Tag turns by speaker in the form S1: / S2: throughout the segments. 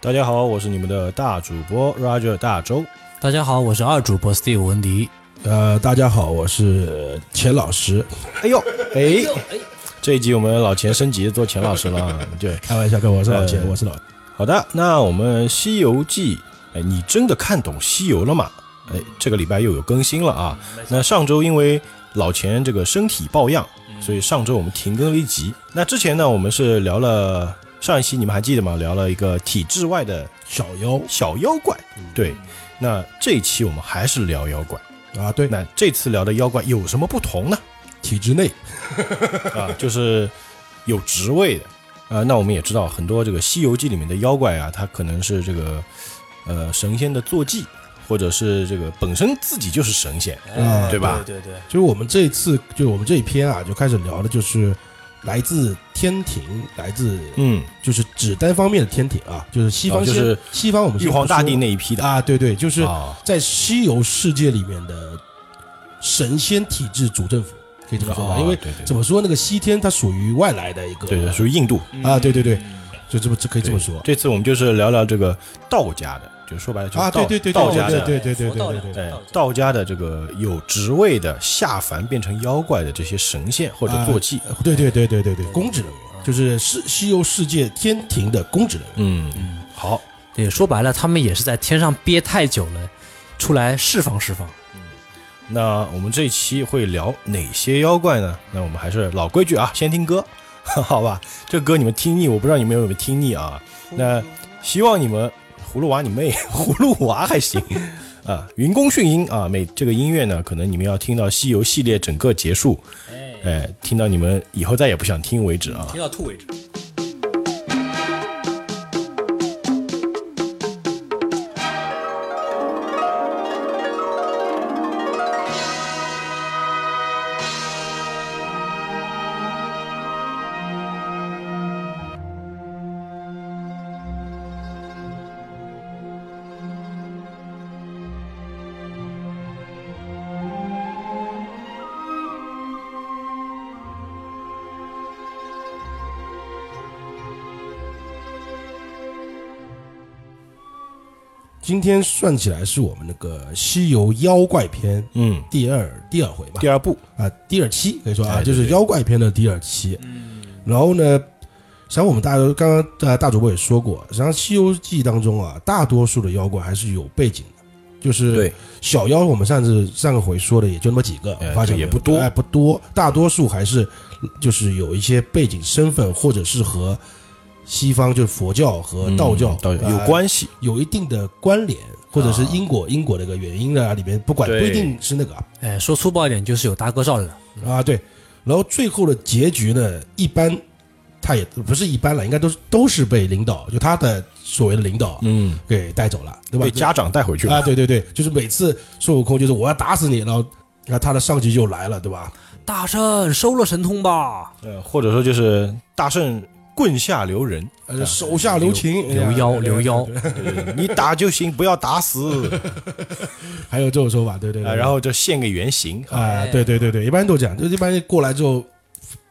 S1: 大家好，我是你们的大主播 Roger 大周。
S2: 大家好，我是二主播 Steve 文迪。
S3: 呃，大家好，我是钱老师，
S1: 哎呦，哎，这一集我们老钱升级做钱老师了啊，对，
S3: 开玩笑，各位，我是老钱，
S1: 呃
S3: 我是老，
S1: 好的，那我们《西游记》，哎，你真的看懂西游了吗？哎，这个礼拜又有更新了啊。那上周因为老钱这个身体抱恙，
S3: 嗯
S1: 所以上周我们停更了一集。那之前呢，我们是聊了上一期，你们还记得吗？聊了一个体制外的
S3: 小妖嗯
S1: 小妖怪。对，那这一期我们还是聊妖怪。
S3: 啊，对，
S1: 那这次聊的妖怪有什么不同呢？
S3: 体制内
S1: 啊，就是有职位的。啊，那我们也知道很多这个《西游记》里面的妖怪啊，它可能是这个呃神仙的坐骑，或者是这个本身自己就是神仙。
S3: 啊，
S1: 对吧
S2: 哎对对对，
S3: 就是我们这一次，就我们这一篇啊，就开始聊的就是来自天庭，来自
S1: 嗯，
S3: 就是指单方面的天庭啊，就是西方
S1: 啊就
S3: 先，
S1: 是
S3: 西方我们
S1: 玉皇大帝
S3: 那
S1: 那一批的，
S3: 啊，对对，就是
S1: 啊
S3: 在西游世界里面的神仙体制主政府，可以这么说吧？
S1: 啊
S3: 因为
S1: 对对
S3: 怎么说，那个西天它属于外来的一个，
S1: 对对，属于印度。
S3: 啊，对对对，
S2: 嗯
S3: 就这么这可以这么说
S1: 对这次我们就是聊聊这个道家的，就说白了就是
S3: 啊，
S1: 道
S3: 对对对，
S1: 道
S3: 对
S1: 家
S3: 对
S1: 的
S3: 对对对
S2: 佛道
S3: 对
S2: 两
S3: 对对，
S1: 哎，道家的这个有职位的下凡变成妖怪的这些神仙或者坐骑，
S3: 呃对对对对对对，公职人员就是世西游世界天庭的公职人员，
S1: 嗯，好，
S2: 对，说白了，他们也是在天上憋太久了，出来释放释放。
S1: 那我们这一期会聊哪些妖怪呢？那我们还是老规矩啊，先听歌， 好吧？这歌你们听腻，我不知道你们有没有听腻啊。那希望你们葫芦娃你妹， 葫芦娃还行 啊。云公训音啊，每这个音乐呢，可能你们要听到西游系列整个结束，哎，听到你们以后再也不想听为止啊。
S2: 听到吐为止。
S3: 今天算起来是我们那个西游妖怪篇
S1: 嗯，
S3: 第二第二回吧
S1: 第，二部，
S3: 啊，第二期可以说
S1: 哎
S3: 啊，
S1: 对
S3: 就是
S1: 对
S3: 妖怪篇的第二期，嗯，然后呢。实际上，我们大家都刚刚大大主播也说过，实际上《西游记》当中啊，大多数的妖怪还是有背景的，就是
S1: 对，
S3: 小妖，我们上次上个回说的也就那么几个
S1: 哎，
S3: 发现
S1: 对也不多
S3: 哎，不多，大多数还是就是有一些背景身份，或者是和西方就是佛教和道教、
S1: 嗯道教
S3: 呃
S1: 有关系，
S3: 有一定的关联，或者是
S1: 啊
S3: 因果、因果的一个原因呢，里面不管不
S1: 对
S3: 一定是那个啊
S2: 哎，说粗暴一点，就是有大哥罩着的。
S3: 啊对，然后最后的结局呢，一般他也不是一般了，应该都是都是被领导就他的所谓的领导
S1: 嗯，
S3: 给带走了，对吧？
S1: 被家长带回去
S3: 啊，
S1: 了，
S3: 对对对，就是每次孙悟空就是我要打死你，然后然后他的上级就来了，对吧？
S2: 大圣收了神通吧，
S1: 呃，或者说就是大圣棍下留人，
S3: 呃，手下留情，哎
S2: 留妖留妖，
S1: 你打就行，不要打死。
S3: 还有这种说法，对对
S1: 啊，
S3: 对。
S1: 然后就现个原形。
S3: 啊，对对对对，一般都这样，就一般过来之后，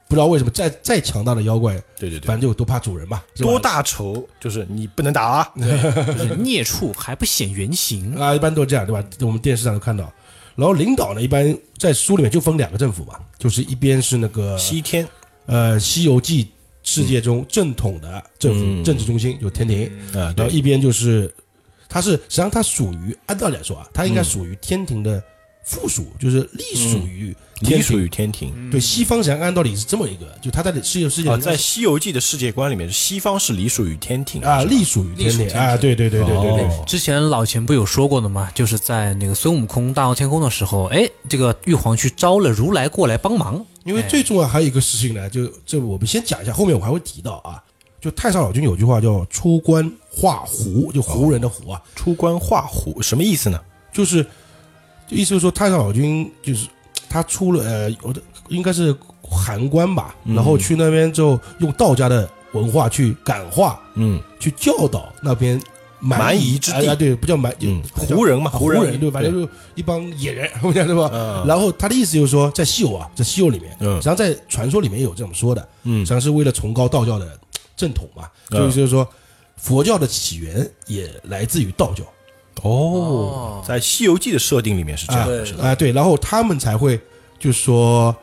S3: 不知道为什么再再强大的妖怪，
S1: 对对
S3: 反
S1: 对，
S3: 正就都怕主人嘛，是吧
S1: 多大仇就是你不能打啊。
S2: 就是孽畜还不显原形。
S3: 啊，一般都这样，对吧？我们电视上都看到。然后领导呢，一般在书里面就分两个政府嘛，就是一边是那个
S1: 西天
S3: 呃《西游记》世界中正统的政府、
S1: 嗯
S3: 政治中心，就天庭，
S1: 啊，
S3: 然
S1: 对，
S3: 后一边就是，它是实际上它属于按道理来说啊，它
S1: 嗯
S3: 应该属于天庭的附属，就是隶属于
S1: 你
S3: 天
S1: 嗯属
S3: 庭。
S1: 于天庭
S3: 对西方实际上按道理是这么一个，就它在世界世界
S1: 啊，
S3: 里
S1: 在《西游记》的世界观里面，西方是隶属于天庭
S3: 啊
S1: 是吧
S3: 隶属于天
S2: 隶属
S3: 庭
S2: 天庭
S3: 啊，对对对对对对
S1: 哦
S2: 之前老钱不有说过的吗？就是在那个孙悟空大闹天宫的时候，哎，这个玉皇去招了如来过来帮忙。
S3: 因为最重要还有一个事情呢，就这我们先讲一下，后面我还会提到啊。就太上老君有句话叫“出关化胡”，就胡人的胡啊，
S1: 出关画虎，什么意思呢？
S3: 就是就意思就是说太上老君就是他出了呃，有的应该是函关吧，然后去那边之后用道家的文化去感化，
S1: 嗯，
S3: 去教导那边
S1: 蛮夷
S3: 夷
S1: 之
S3: 哎
S1: 地
S3: 呀对，不叫蛮，
S1: 嗯
S3: 就
S1: 胡人嘛
S3: 啊
S1: 胡
S3: 胡
S1: 人
S3: 对，反正就一帮野人，我讲对吧？
S1: 嗯
S3: 然后他的意思就是说，在西游啊，在西游里面，
S1: 嗯
S3: 实际上在传说里面有这么说的，
S1: 嗯
S3: 实际上是为了崇高道教的正统嘛，
S1: 嗯
S3: 所以就是说，佛教的起源也来自于道教
S1: 哦，在《西游记》的设定里面是这
S3: 啊
S1: 样
S2: 对
S1: 的，是吧？
S3: 啊，对，然后他们才会就是说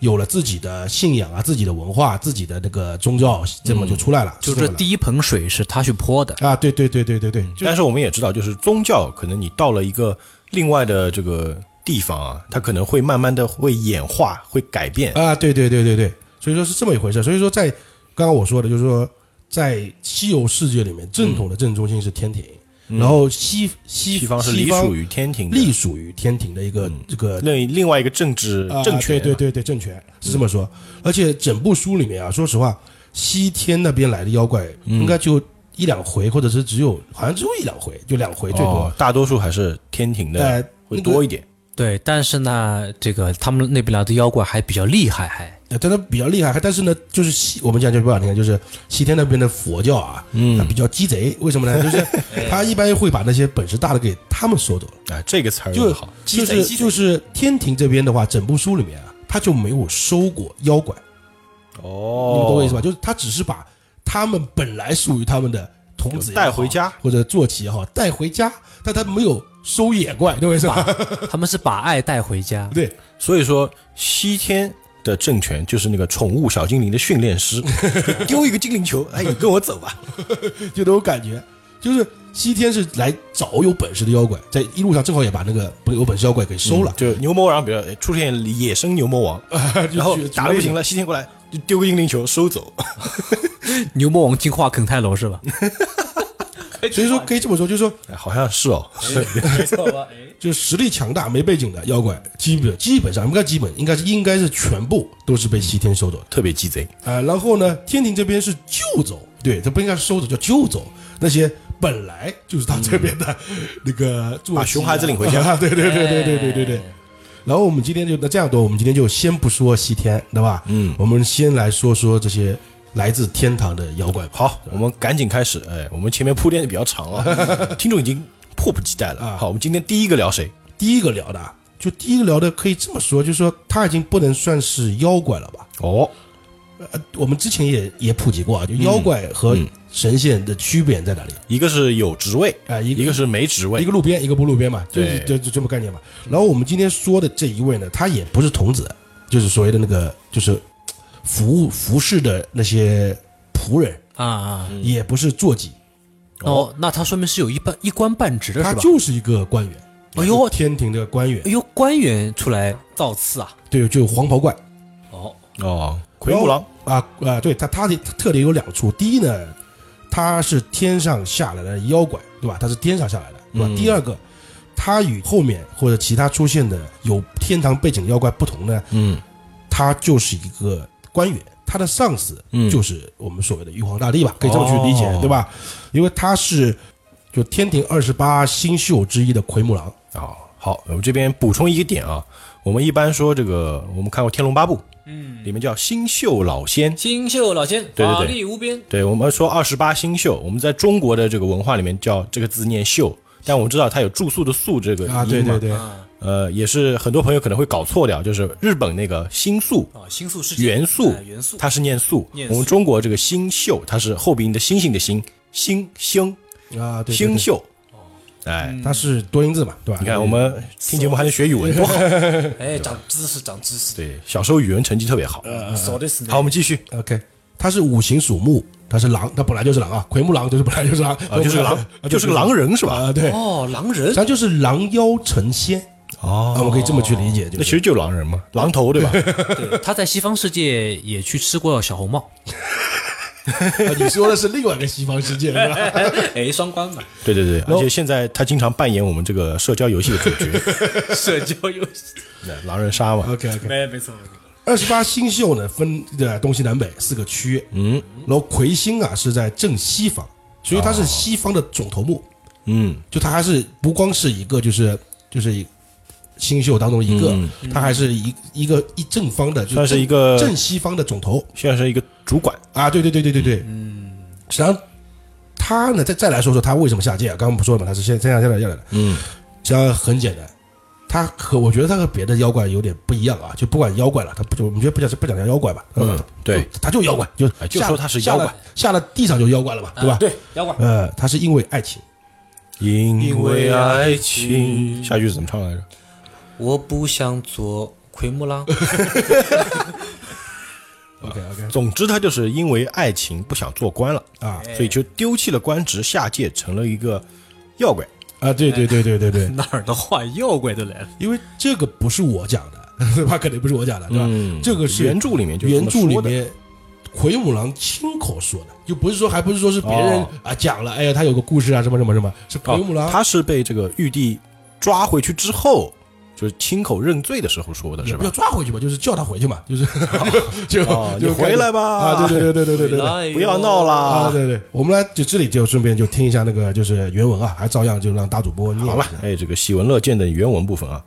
S3: 有了自己的信仰啊，自己的文化，自己的那个宗教，这么就
S1: 嗯
S3: 出来了，
S2: 就
S3: 这
S2: 这
S3: 么来
S2: 第一盆水是他去泼的，
S3: 啊，对对对对对对，就
S1: 但是我们也知道，就是宗教，可能你到了一个另外的这个地方啊，它可能会慢慢的会演化，会改变。
S3: 啊，对对对对对，所以说是这么一回事。所以说在刚刚我说的，就是说在西游世界里面，正统的正中心是天庭，然后西西
S1: 嗯西方是
S3: 西
S1: 隶
S3: 方
S1: 属于天庭的，
S3: 隶属于天庭的一个、这个
S1: 那另外一个政治
S3: 啊
S1: 政权、嗯
S3: 对对对对，政权是这么说。而且整部书里面啊，说实话，西天那边来的妖怪
S1: 嗯
S3: 应该就一两回，或者是只有好像只有一两回，就两回最多
S1: 哦。大多数还是天庭的
S3: 呃，
S1: 会
S3: 那
S1: 多
S3: 个
S1: 一点。
S2: 对，但是呢，这个他们那边来的妖怪还比较厉害，还
S3: 呃但它比较厉害，但是呢，就是西我们讲句不好听，就是西天那边的佛教啊，嗯，比较鸡贼。为什么呢？就是 他一般会把那些本事大的给他们收走了。
S1: 啊，这个词儿用
S3: 就
S1: 得好，
S3: 就是就是天庭这边的话，整部书里面啊，他就没有收过妖怪，
S1: 哦，
S3: 你们懂我意思吧？就是他只是把他们本来属于他们的童子也好
S1: 带回家
S3: 或者坐骑也好带回家，但他没有收野怪，懂我意思吧？，
S2: 他们是把爱带回家
S3: 对，
S1: 所以说，西天的政权就是那个宠物小精灵的训练师， 就丢一个精灵球，哎，你跟我走吧。
S3: 就那种感觉，就是西天是来找有本事的妖怪，在一路上正好也把那个不有本事妖怪给 收了，
S1: 嗯就牛魔王，比如哎出现野生牛魔 王，然后打的不行
S3: 了。
S1: 了，西天过来就丢个精灵球收走。
S2: 牛魔王进化肯泰罗是吧？
S3: 所以说可以这么说，就是说
S1: 哎，好像是 哦，
S2: 没错吧？哎，
S3: 就是实力强大没背景的妖怪，基本基本上不叫基本，应该是应该是全部都是被西天收走的。
S1: 特别鸡贼。
S3: 啊，然后呢，天庭这边是救走，对，这不应该是收走，叫救走那些本来就是他这边的那个坐骑
S1: 嗯
S3: 啊
S1: 把熊孩子领回家
S3: 对对对对对对对对。然后我们今天就那这样多，我们今天就先不说西天，对吧？嗯，我们先来说说这些来自天堂的妖怪吧。
S1: 好，我们赶紧开始。哎，我们前面铺垫的比较长 啊，听众已经迫不及待了。
S3: 啊
S1: 好，我们今天第一个聊谁？
S3: 第一个聊的啊，就第一个聊的可以这么说，就是说他已经不能算是妖怪了吧？
S1: 哦，
S3: 呃，我们之前也也普及过啊，就妖怪和
S1: 嗯
S3: 神仙的区别在哪里？
S1: 一个是有职位，
S3: 啊、一个
S1: 呃一个是没职
S3: 一
S1: 位。
S3: 个路边，一个不路边嘛，就是
S1: 对
S3: 就就这么概念嘛。然后我们今天说的这一位呢，他也不是童子，就是所谓的那个就是服务服侍的那些仆人，
S2: 啊啊，
S3: 也不是坐骑，
S2: 哦，那他说明是有一半一官半职的
S3: 他
S2: 是吧？
S3: 就是一个官员。
S2: 哎呦
S3: 天庭的官员
S2: 哎，呦，官员出来造次啊！
S3: 对，就黄袍怪
S2: 哦，
S1: 哦，奎木狼。
S3: 啊啊，对他他的他特点有两处，第一呢，他是天上下来的妖怪，对吧？他是天上下来的，
S1: 嗯
S3: 对吧？第二个。他与后面或者其他出现的有天堂背景的妖怪不同呢，
S1: 嗯
S3: 他就是一个官员，他的上司
S1: 嗯
S3: 就是我们所谓的玉皇大帝吧，可以这么去理解，
S1: 哦
S3: 对吧？因为他是就天庭二十八星宿之一的奎木狼，
S1: 哦，好，我们这边补充一个点啊，我们一般说这个，我们看过《天龙八部》，嗯，里面叫星宿老仙。
S2: 金秀老仙，
S1: 对对
S2: 法
S1: 对
S2: 力无边，
S1: 对，我们说二十八星宿，我们在中国的这个文化里面叫这个字念宿，但我们知道它有住宿的宿这个音嘛，
S3: 啊，对对对，
S1: 呃，也是很多朋友可能会搞错掉，就是日本那个星宿
S2: 啊，星宿世界
S1: 元素
S2: 哎，元素，
S1: 它是念宿，
S2: 念宿
S1: 我们中国这个星宿它是后鼻音的星星的星，星星
S3: 啊，对对
S1: 星
S3: 对，
S1: 宿，哎，
S3: 他是多音字嘛，对吧？
S1: 你看我们听节目还能学语文，多好，
S2: 哎，长知识，长知识。呃
S1: 对，小时候语文成绩特别好。
S3: 呃
S2: そうですね
S1: 好，我们继续。
S3: OK，他是五行属木，他是狼，他本来就是狼啊，奎木狼就是本来就是狼，
S1: 啊，就是个 狼，就是个狼人是吧？
S3: 啊，对，
S2: 哦，狼人
S3: 咱就是狼妖成仙，啊，
S1: 哦，
S3: 我们可以这么去理解，
S1: 那
S3: 就
S1: 其
S3: 是
S1: 实就是狼人嘛，狼头对吧？
S2: 对，他在西方世界也去吃过小红 帽，
S3: 啊 你说的是另外一个西方世界， 是吧？
S2: 哎，双关嘛，
S1: 对对对，而且现在他经常扮演我们这个社交游戏的主角，
S2: 社交游戏，
S1: 对狼人杀嘛。
S3: OK OK，
S2: 没没错，
S3: 二十八星宿呢分的东西南北四个区，嗯，然后魁星啊是在正西方，所以它是西方的总头目，
S1: 嗯，
S3: 就它还是不光是一个就是就是一星宿当中一个，它还是一一个一正方的，就
S1: 嗯算是
S3: 正
S1: 一个
S3: 正西方的总头
S1: 现在是一个主管，
S3: 啊，对对对对对对，嗯，实际上他呢再再来说说他为什么下界啊，刚刚不说了嘛，他是先先下下来下来的，嗯，实际上很简单，他和我觉得他和别的妖怪有点不一样啊，就不管妖怪了，他不就我们觉得不讲不讲叫妖怪吧，呃
S1: 嗯，对，
S3: 就，他就妖怪，就
S1: 哎就
S3: 下
S1: 说他是
S3: 下
S1: 妖
S3: 了
S1: 怪，啊
S3: 下了地上就妖怪了嘛，对吧？
S1: 对，
S2: 妖怪
S3: 呃，他是因为爱情，
S1: 因为爱情。下句子怎么唱来着？
S2: 我不想做奎木 狼，
S3: OK OK
S1: 总之，他就是因为爱情不想做官了，
S3: 啊
S1: 所以就丢弃了官职，下界成了一个妖怪。
S3: 啊，对对对对 对对，
S2: 哪儿的话妖怪都来了。
S3: 因为这个不是我讲的， 对吧？肯定不是我讲的，对吧？
S1: 嗯
S3: 这个是
S1: 原著里面就
S3: 原著里
S1: 这么说的
S3: 面，奎母狼亲口说的，就不是说还不是说是别人、
S1: 哦
S3: 啊讲了，哎呀，他有个故事啊，什么什么什么，是奎母狼、
S1: 哦他是被这个玉帝抓回去之后，就是亲口认罪的时候说的
S3: 也
S1: 是
S3: 不要
S1: 吧？
S3: 抓回去吧，就是叫他回去嘛，就是、 就就、
S1: 哦
S3: 就
S1: 你回来吧
S3: 啊！对对对对对对对。
S2: 对
S1: 不要闹
S3: 啊，
S1: 啦！
S3: 对对，我们来就这里就顺便就听一下那个就是原文啊，还照样就让大主播念
S1: 好了，哎，这个喜闻乐见的原文部分啊，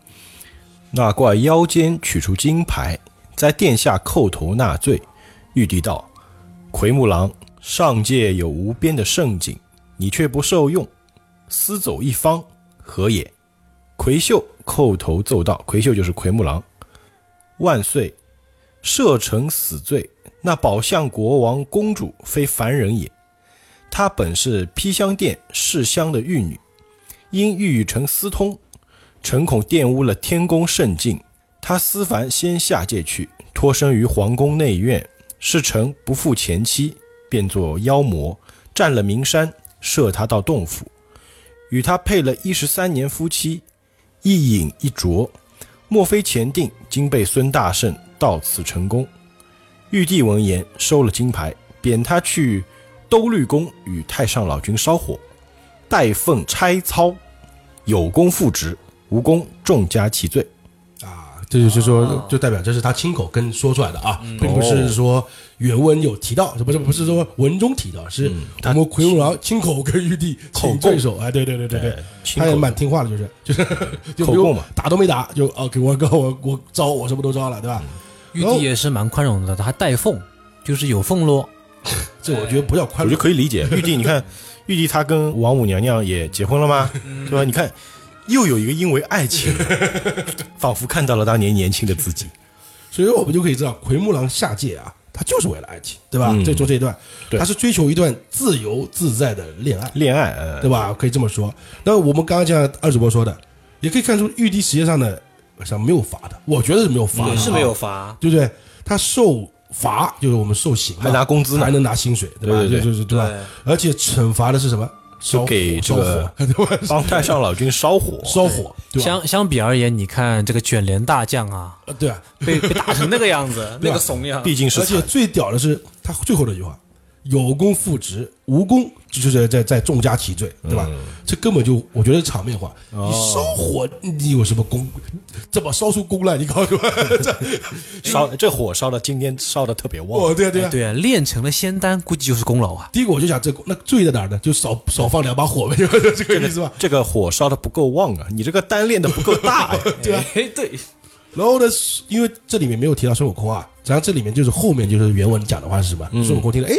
S1: 那怪腰间取出金牌，在殿下叩头纳罪。玉帝道：“奎木狼，上界有无边的盛景，你却不受用，私走一方，何也？”奎秀叩头奏道：“奎秀就是奎木狼，万岁！设成死罪，那宝相国王公主非凡人也，她本是披香殿世香的玉女。”因欲与臣私通，臣恐玷污了天宫圣境，他思凡先下界去，脱身于皇宫内院，是臣不负前妻，变作妖魔，占了名山，射他到洞府，与他配了一十三年夫妻，一饮一啄，莫非前定，今被孙大圣到此成功。玉帝闻言收了金牌，贬他去兜率宫与太上老君烧火。代奉差操，有功复职，无功重加其罪。
S3: 啊，这就是说，就代表这是他亲口跟说出来的啊，
S1: 嗯
S3: 并不
S1: 哦
S3: 是说原文有提到，不是不是说文中提到，是
S1: 嗯
S3: 我们奎木狼亲口跟玉帝请罪首，哎，对对对对对，
S1: 亲
S3: 他也
S1: 口
S3: 蛮听话的，就是就是就
S1: 口
S3: 不用
S1: 供嘛
S3: 打都没打，就哦给我我我我招我什么都招了，对吧？
S1: 嗯
S2: 玉帝也是蛮宽容的，他还带俸，就是有俸咯。
S3: 这我觉得不叫
S1: 我
S3: 宽
S1: 觉得
S3: 容，
S1: 可以理解。 玉帝，你看，玉帝他跟王母娘娘也结婚了吗？对吧？你看，又有一个因为爱 情，仿佛看到了当年年轻的自己。
S3: 所以我们就可以知道奎木狼下界啊，他就是为了爱情，对吧？这做这一段，
S1: 嗯对
S3: 他是追求一段自由自在的恋爱。
S1: 恋爱，呃
S3: 对吧？可以这么说。那我们刚刚像二主播说的，也可以看出玉帝实际上呢，像没有罚的，我觉得是没有罚
S1: 嗯
S3: 的，啊
S2: 也是没有，罚，
S3: 对不对？他受罚就是我们受刑嘛，
S1: 还拿工资呢
S3: 还能拿薪水，对吧？
S1: 对对对
S3: 就就是对吧
S2: 对？
S3: 而且惩罚的是什么？烧
S1: 就给
S3: 火烧
S1: 这个
S3: 火， 对吧？
S1: 帮太上老君烧火，
S3: 烧火，对吧？
S2: 相相比而言，你看这个卷帘大将啊，
S3: 呃对啊，
S2: 被被打成那个样 子，那个怂样，
S1: 毕竟是
S3: 而且
S1: 惨
S3: 最屌的是他最后那句话：“有功复职，无功就是在在重加其罪，对吧？”这根本就我觉得是场面话。你烧火，你有什么功？怎么烧出功来？你告诉我，这
S1: 烧这火烧的今天烧的特别旺
S3: 哦，，对啊，对啊。
S2: 对啊，练成了仙丹，估计就是功劳啊。
S3: 第一个我就想，这那罪在哪儿呢？就少少放两把火呗，就是这个意思吧。
S1: 这个火烧的不够旺啊，你这个单练的不够大 呀。
S2: 对啊，对，
S3: 然后呢，因为这里面没有提到孙悟空啊，然后这里面就是后面就是原文讲的话是什么？孙悟空听了，哎，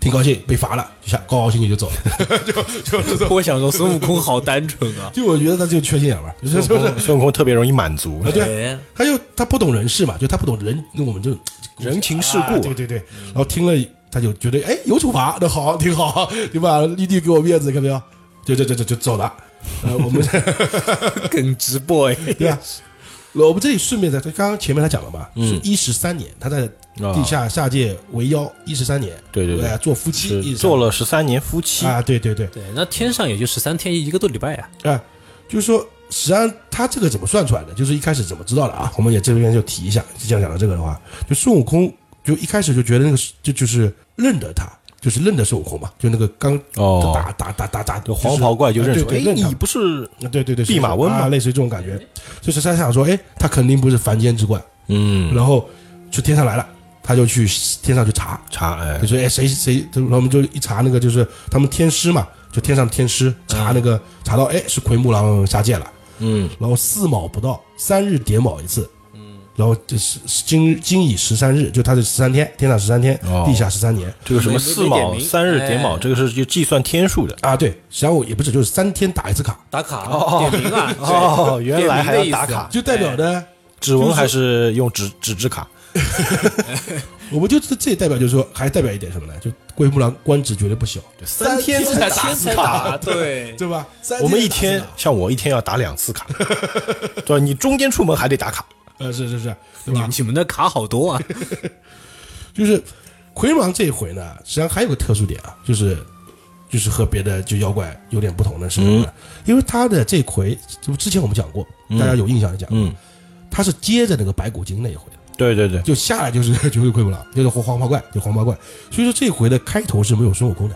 S3: 挺高兴，被罚了，就想高高兴兴就走了，就就就
S2: 我想说孙悟空好单纯啊。
S3: 就我觉得他就缺心眼儿吧，就是不是？
S1: 孙悟空特别容易满足，
S3: 啊，对啊，
S2: 哎
S3: 他就他不懂人事嘛，就他不懂人，那我们就
S1: 人情世
S3: 啊
S1: 故，
S3: 对对对，然后听了他就觉得哎有处罚，那好挺好， 对吧？玉帝给我面子，看到没有？就就就就就走了。呃，我们
S2: 耿直 boy，
S3: 对吧？我们这里顺便再，刚刚前面他讲了嘛，
S1: 嗯
S3: 是一十三年，他在地下下界为妖一十三年，
S1: 啊对对对
S3: 哎做夫妻
S1: 是
S3: 13
S1: 做了十三年夫妻，
S3: 啊，对对对，
S2: 对，那天上也就十三天，一个多礼拜啊。
S3: 啊，就是说，实际上他这个怎么算出来的？就是一开始怎么知道的啊？我们也这边就提一下，就这样讲到这个的话，就孙悟空就一开始就觉得那个是就就是认得他，就是认得孙悟空嘛，就那个刚
S1: 哦
S3: 打打打打打
S1: 这黄袍怪就认出，
S3: 对
S1: 哎，
S3: 对认
S1: 你
S3: 他。
S1: 不是，
S3: 对对对，
S1: 弼马温嘛
S3: 啊类似于这种感觉，就是他想说，哎，他肯定不是凡间之怪，
S1: 嗯，
S3: 然后就天上来了，他就去天上去查，
S1: 查，哎
S3: 就，说哎谁谁，然后我们就一查那个就是他们天师嘛，就天上天师查那个查到哎是奎木狼下界了，
S1: 嗯，
S3: 然后四卯不到，三日点卯一次，嗯，然后这是今今已十三日，就他是十三天，天上十三天，
S1: 哦
S3: 地下十三年
S1: 这个什么
S2: 没
S1: 四
S2: 没点
S1: 卯
S2: 名
S1: 三日点卯，
S2: 哎
S1: 这个是就计算天数的。
S3: 啊，对，然后也不是，就是三天打一次卡，
S2: 打卡
S1: 哦
S2: 点名啊，
S1: 哦，
S2: 对
S1: 原来还要打，
S2: 点名的意
S1: 卡
S2: 思，啊哎
S3: 就代表呢，
S1: 哎指纹还是用纸纸质卡？
S3: 我们就这这代表就是说，还代表一点什么呢？就龟木郎官职绝对不小，
S1: 三天才打
S2: 天
S1: 死
S2: 才打，
S1: 卡，
S2: 对，
S3: 对吧？三
S1: 我们一
S3: 天
S1: 天
S3: 打一次
S1: 像我一天要打两次卡，对吧？你中间出门还得打卡，
S3: 卡，呃，是是是，对
S2: 你
S3: 吧？
S2: 你们的卡好多 啊，
S3: 就是奎木狼这一回呢，实际上还有个特殊点啊，就是就是和别的就妖怪有点不同的是什么呢？因为他的这回，就之前我们讲过，大家有印象就讲过，
S1: 嗯嗯，
S3: 他是接着那个白骨精那一回的，
S1: 对对对，
S3: 就下来就是就是奎木狼，就是黄黄袍怪，就黄袍怪。所以说这回的开头是没有孙悟空的，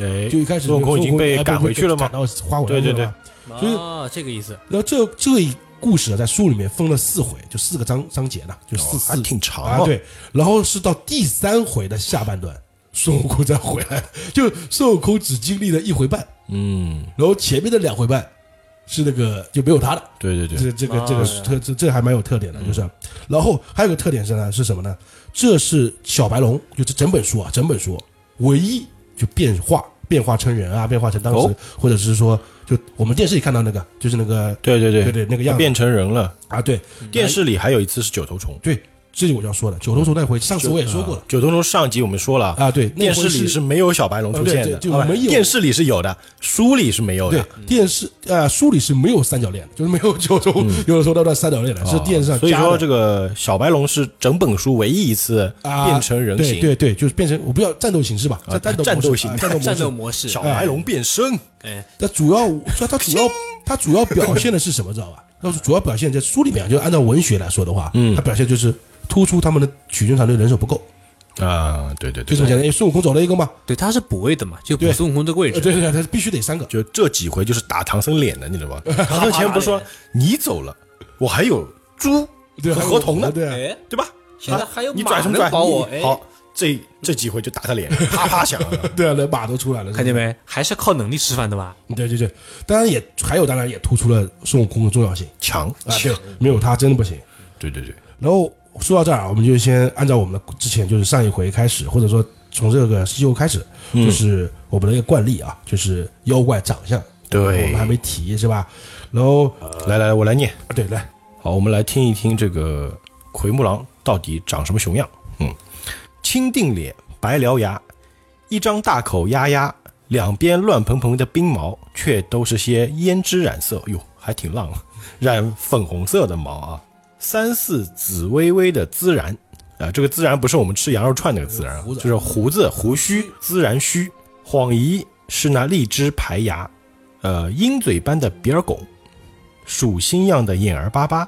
S1: 哎，
S3: 就一开始
S1: 孙悟空已经被
S3: 哎
S1: 赶回去了吗
S3: 赶到花果
S1: 对
S3: 山
S1: 对
S3: 去了吗所以
S2: 哦，这个意思，
S3: 然后这这一故事啊，在书里面分了四回，就四个章章节呢，就四
S1: 哦
S3: 四
S1: 还挺长
S3: 啊，
S1: 哦
S3: 对，然后是到第三回的下半段，孙悟空再回来， 就孙悟空只经历了一回半，
S1: 嗯，
S3: 然后前面的两回半是那个就没有他了。
S1: 对对啊嗯对，
S3: 这这个
S2: 妈
S3: 这个
S2: 呀
S3: 是特这这还蛮有特点的，就是，然后还有个特点是呢是什么呢？这是小白龙，就这整本书啊，整本书唯一就变化变化成人啊，变化成当时、
S1: 哦
S3: 或者是说就我们电视里看到那个，就是那个
S1: 对对
S3: 对对那个
S1: 他
S3: 样子
S1: 变嗯成人了。
S3: 啊，对
S1: 电视里还有一次是九头虫，
S3: 对，这就我就要说的，九头虫那回，上次我也说过了
S1: 九头虫上集我们说了
S3: 啊，对，那
S1: 电
S3: 回
S1: 视里是没有小白龙出现
S3: 啊对对
S1: 的，
S3: 就
S1: 好吧
S3: 没有
S1: 电视里是有的，书里是没有
S3: 对
S1: 的。
S3: 电视呃书里是没有三角恋的，就是没有九头有的时候那段三角恋的，是电视上
S1: 啊所以
S3: 加
S1: 说
S3: 的
S1: 这个小白龙是整本书唯一一次
S3: 啊
S1: 变成人形，
S3: 对对对，就是变成我不要战斗形式吧，
S1: 啊
S3: 战斗
S1: 战
S3: 模式
S1: 斗形
S3: 啊战斗模式
S2: 战斗模式，
S1: 小白龙变身，
S2: 哎，
S3: 它主要，它它主要它主要表现的是什么，知道吧？要是主要表现在书里面，就按照文学来说的话，嗯，它表现就是突出他们的取经团队人手不够，
S1: 啊，对对
S3: 哎就
S1: 对
S3: 这么简单。因为哎孙悟空走了一个嘛，
S2: 对，他是补位的嘛，就补
S3: 对
S2: 孙悟空这个位
S3: 呃
S2: 置，
S3: 对对对，他必须得三个。
S1: 就这几回就是打唐僧脸的，你知道吗？唐僧前不是说你走了，我还有猪
S3: 哎对，
S1: 和合同呢，
S3: 对啊，
S2: 哎，
S1: 对吧？
S2: 现在还有
S1: 你
S2: 马
S1: 拽什么
S2: 能
S1: 拽？
S2: 保我
S1: 你
S2: 哎
S1: 好，这这几回就打他脸，啪啪响。
S3: 对啊，那马都出来了，
S2: 看见没？还是靠能力吃饭的吧？
S3: 对对对，当然也还有，当然也突出了孙悟空的重要性
S1: 强，
S3: 啊，对，没有他真的不行。
S1: 对对对，
S3: 然后说到这儿啊，我们就先按照我们的之前就是上一回开始，或者说从这个西游开始，
S1: 嗯
S3: 就是我们的一个惯例啊，就是妖怪长相，
S1: 对
S3: 哦我们还没提是吧？然后
S1: 来来来，我来念。
S3: 啊，对，来，
S1: 好，我们来听一听这个奎木狼到底长什么熊样。嗯，青靭脸，白獠牙，一张大口呀呀，两边乱蓬蓬的鬓毛，却都是些胭脂染色，哟，还挺浪啊，染粉红色的毛啊。三四紫微微的孜然，啊、这个孜然不是我们吃羊肉串那个孜然啊，
S3: 胡子
S1: 就是胡子、胡须、孜然须。晃夷是那荔枝排牙，呃，鹰嘴般的鼻儿拱，鼠星样的眼儿巴巴，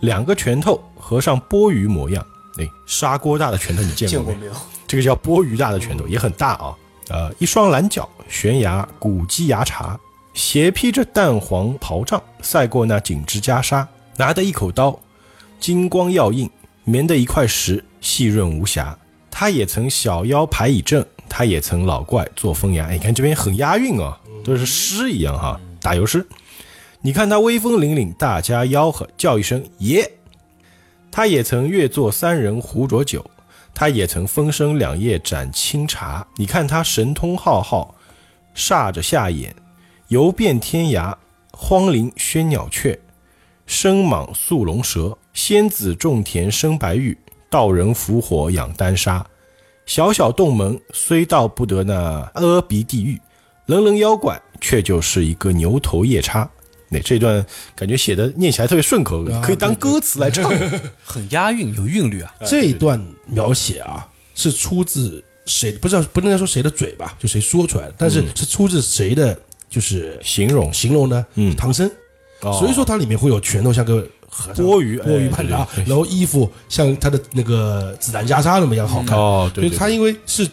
S1: 两个拳头合上钵盂模样。哎，砂锅大的拳头你见过没？
S2: 有？
S1: 这个叫波鱼大的拳头，也很大啊。呃，一双蓝脚，悬崖古鸡牙茶，斜披着淡黄袍帐，赛过那锦织袈裟，拿得一口刀，金光耀映，棉的一块石，细润无瑕。他也曾小腰排以正，他也曾老怪做风崖。哎，你看这边很押韵啊，都是诗一样哈、打油诗。你看他威风凛凛，大家吆喝叫一声爷。他也曾月坐三人壶浊酒，他也曾风声两夜斩清茶。你看他神通浩浩，煞着下眼，游遍天涯，荒林喧鸟雀，生蟒宿龙蛇，仙子种田生白玉，道人伏火养丹砂。小小洞门虽到不得那阿鼻地狱，冷冷妖怪却就是一个牛头夜叉。那这段感觉写的念起来特别顺口，可以当歌词来唱。
S2: 很押韵，有韵律啊。
S3: 这一段描写啊，是出自谁？不知道，不能说谁的嘴吧，就谁说出来的，但是
S1: 嗯
S3: 是出自谁的，就是
S1: 形容
S3: 形容呢？
S1: 嗯
S3: 唐僧。
S1: 哦
S3: 所以说它里面会有拳头像个和尚
S1: 钵盂
S3: 钵盂
S1: 哎
S3: 般的啊
S1: 对对，对
S3: 然后衣服像他的那个紫檀袈裟那么样好 看。
S1: 哦，对
S3: 所以
S1: 对
S3: 他因为是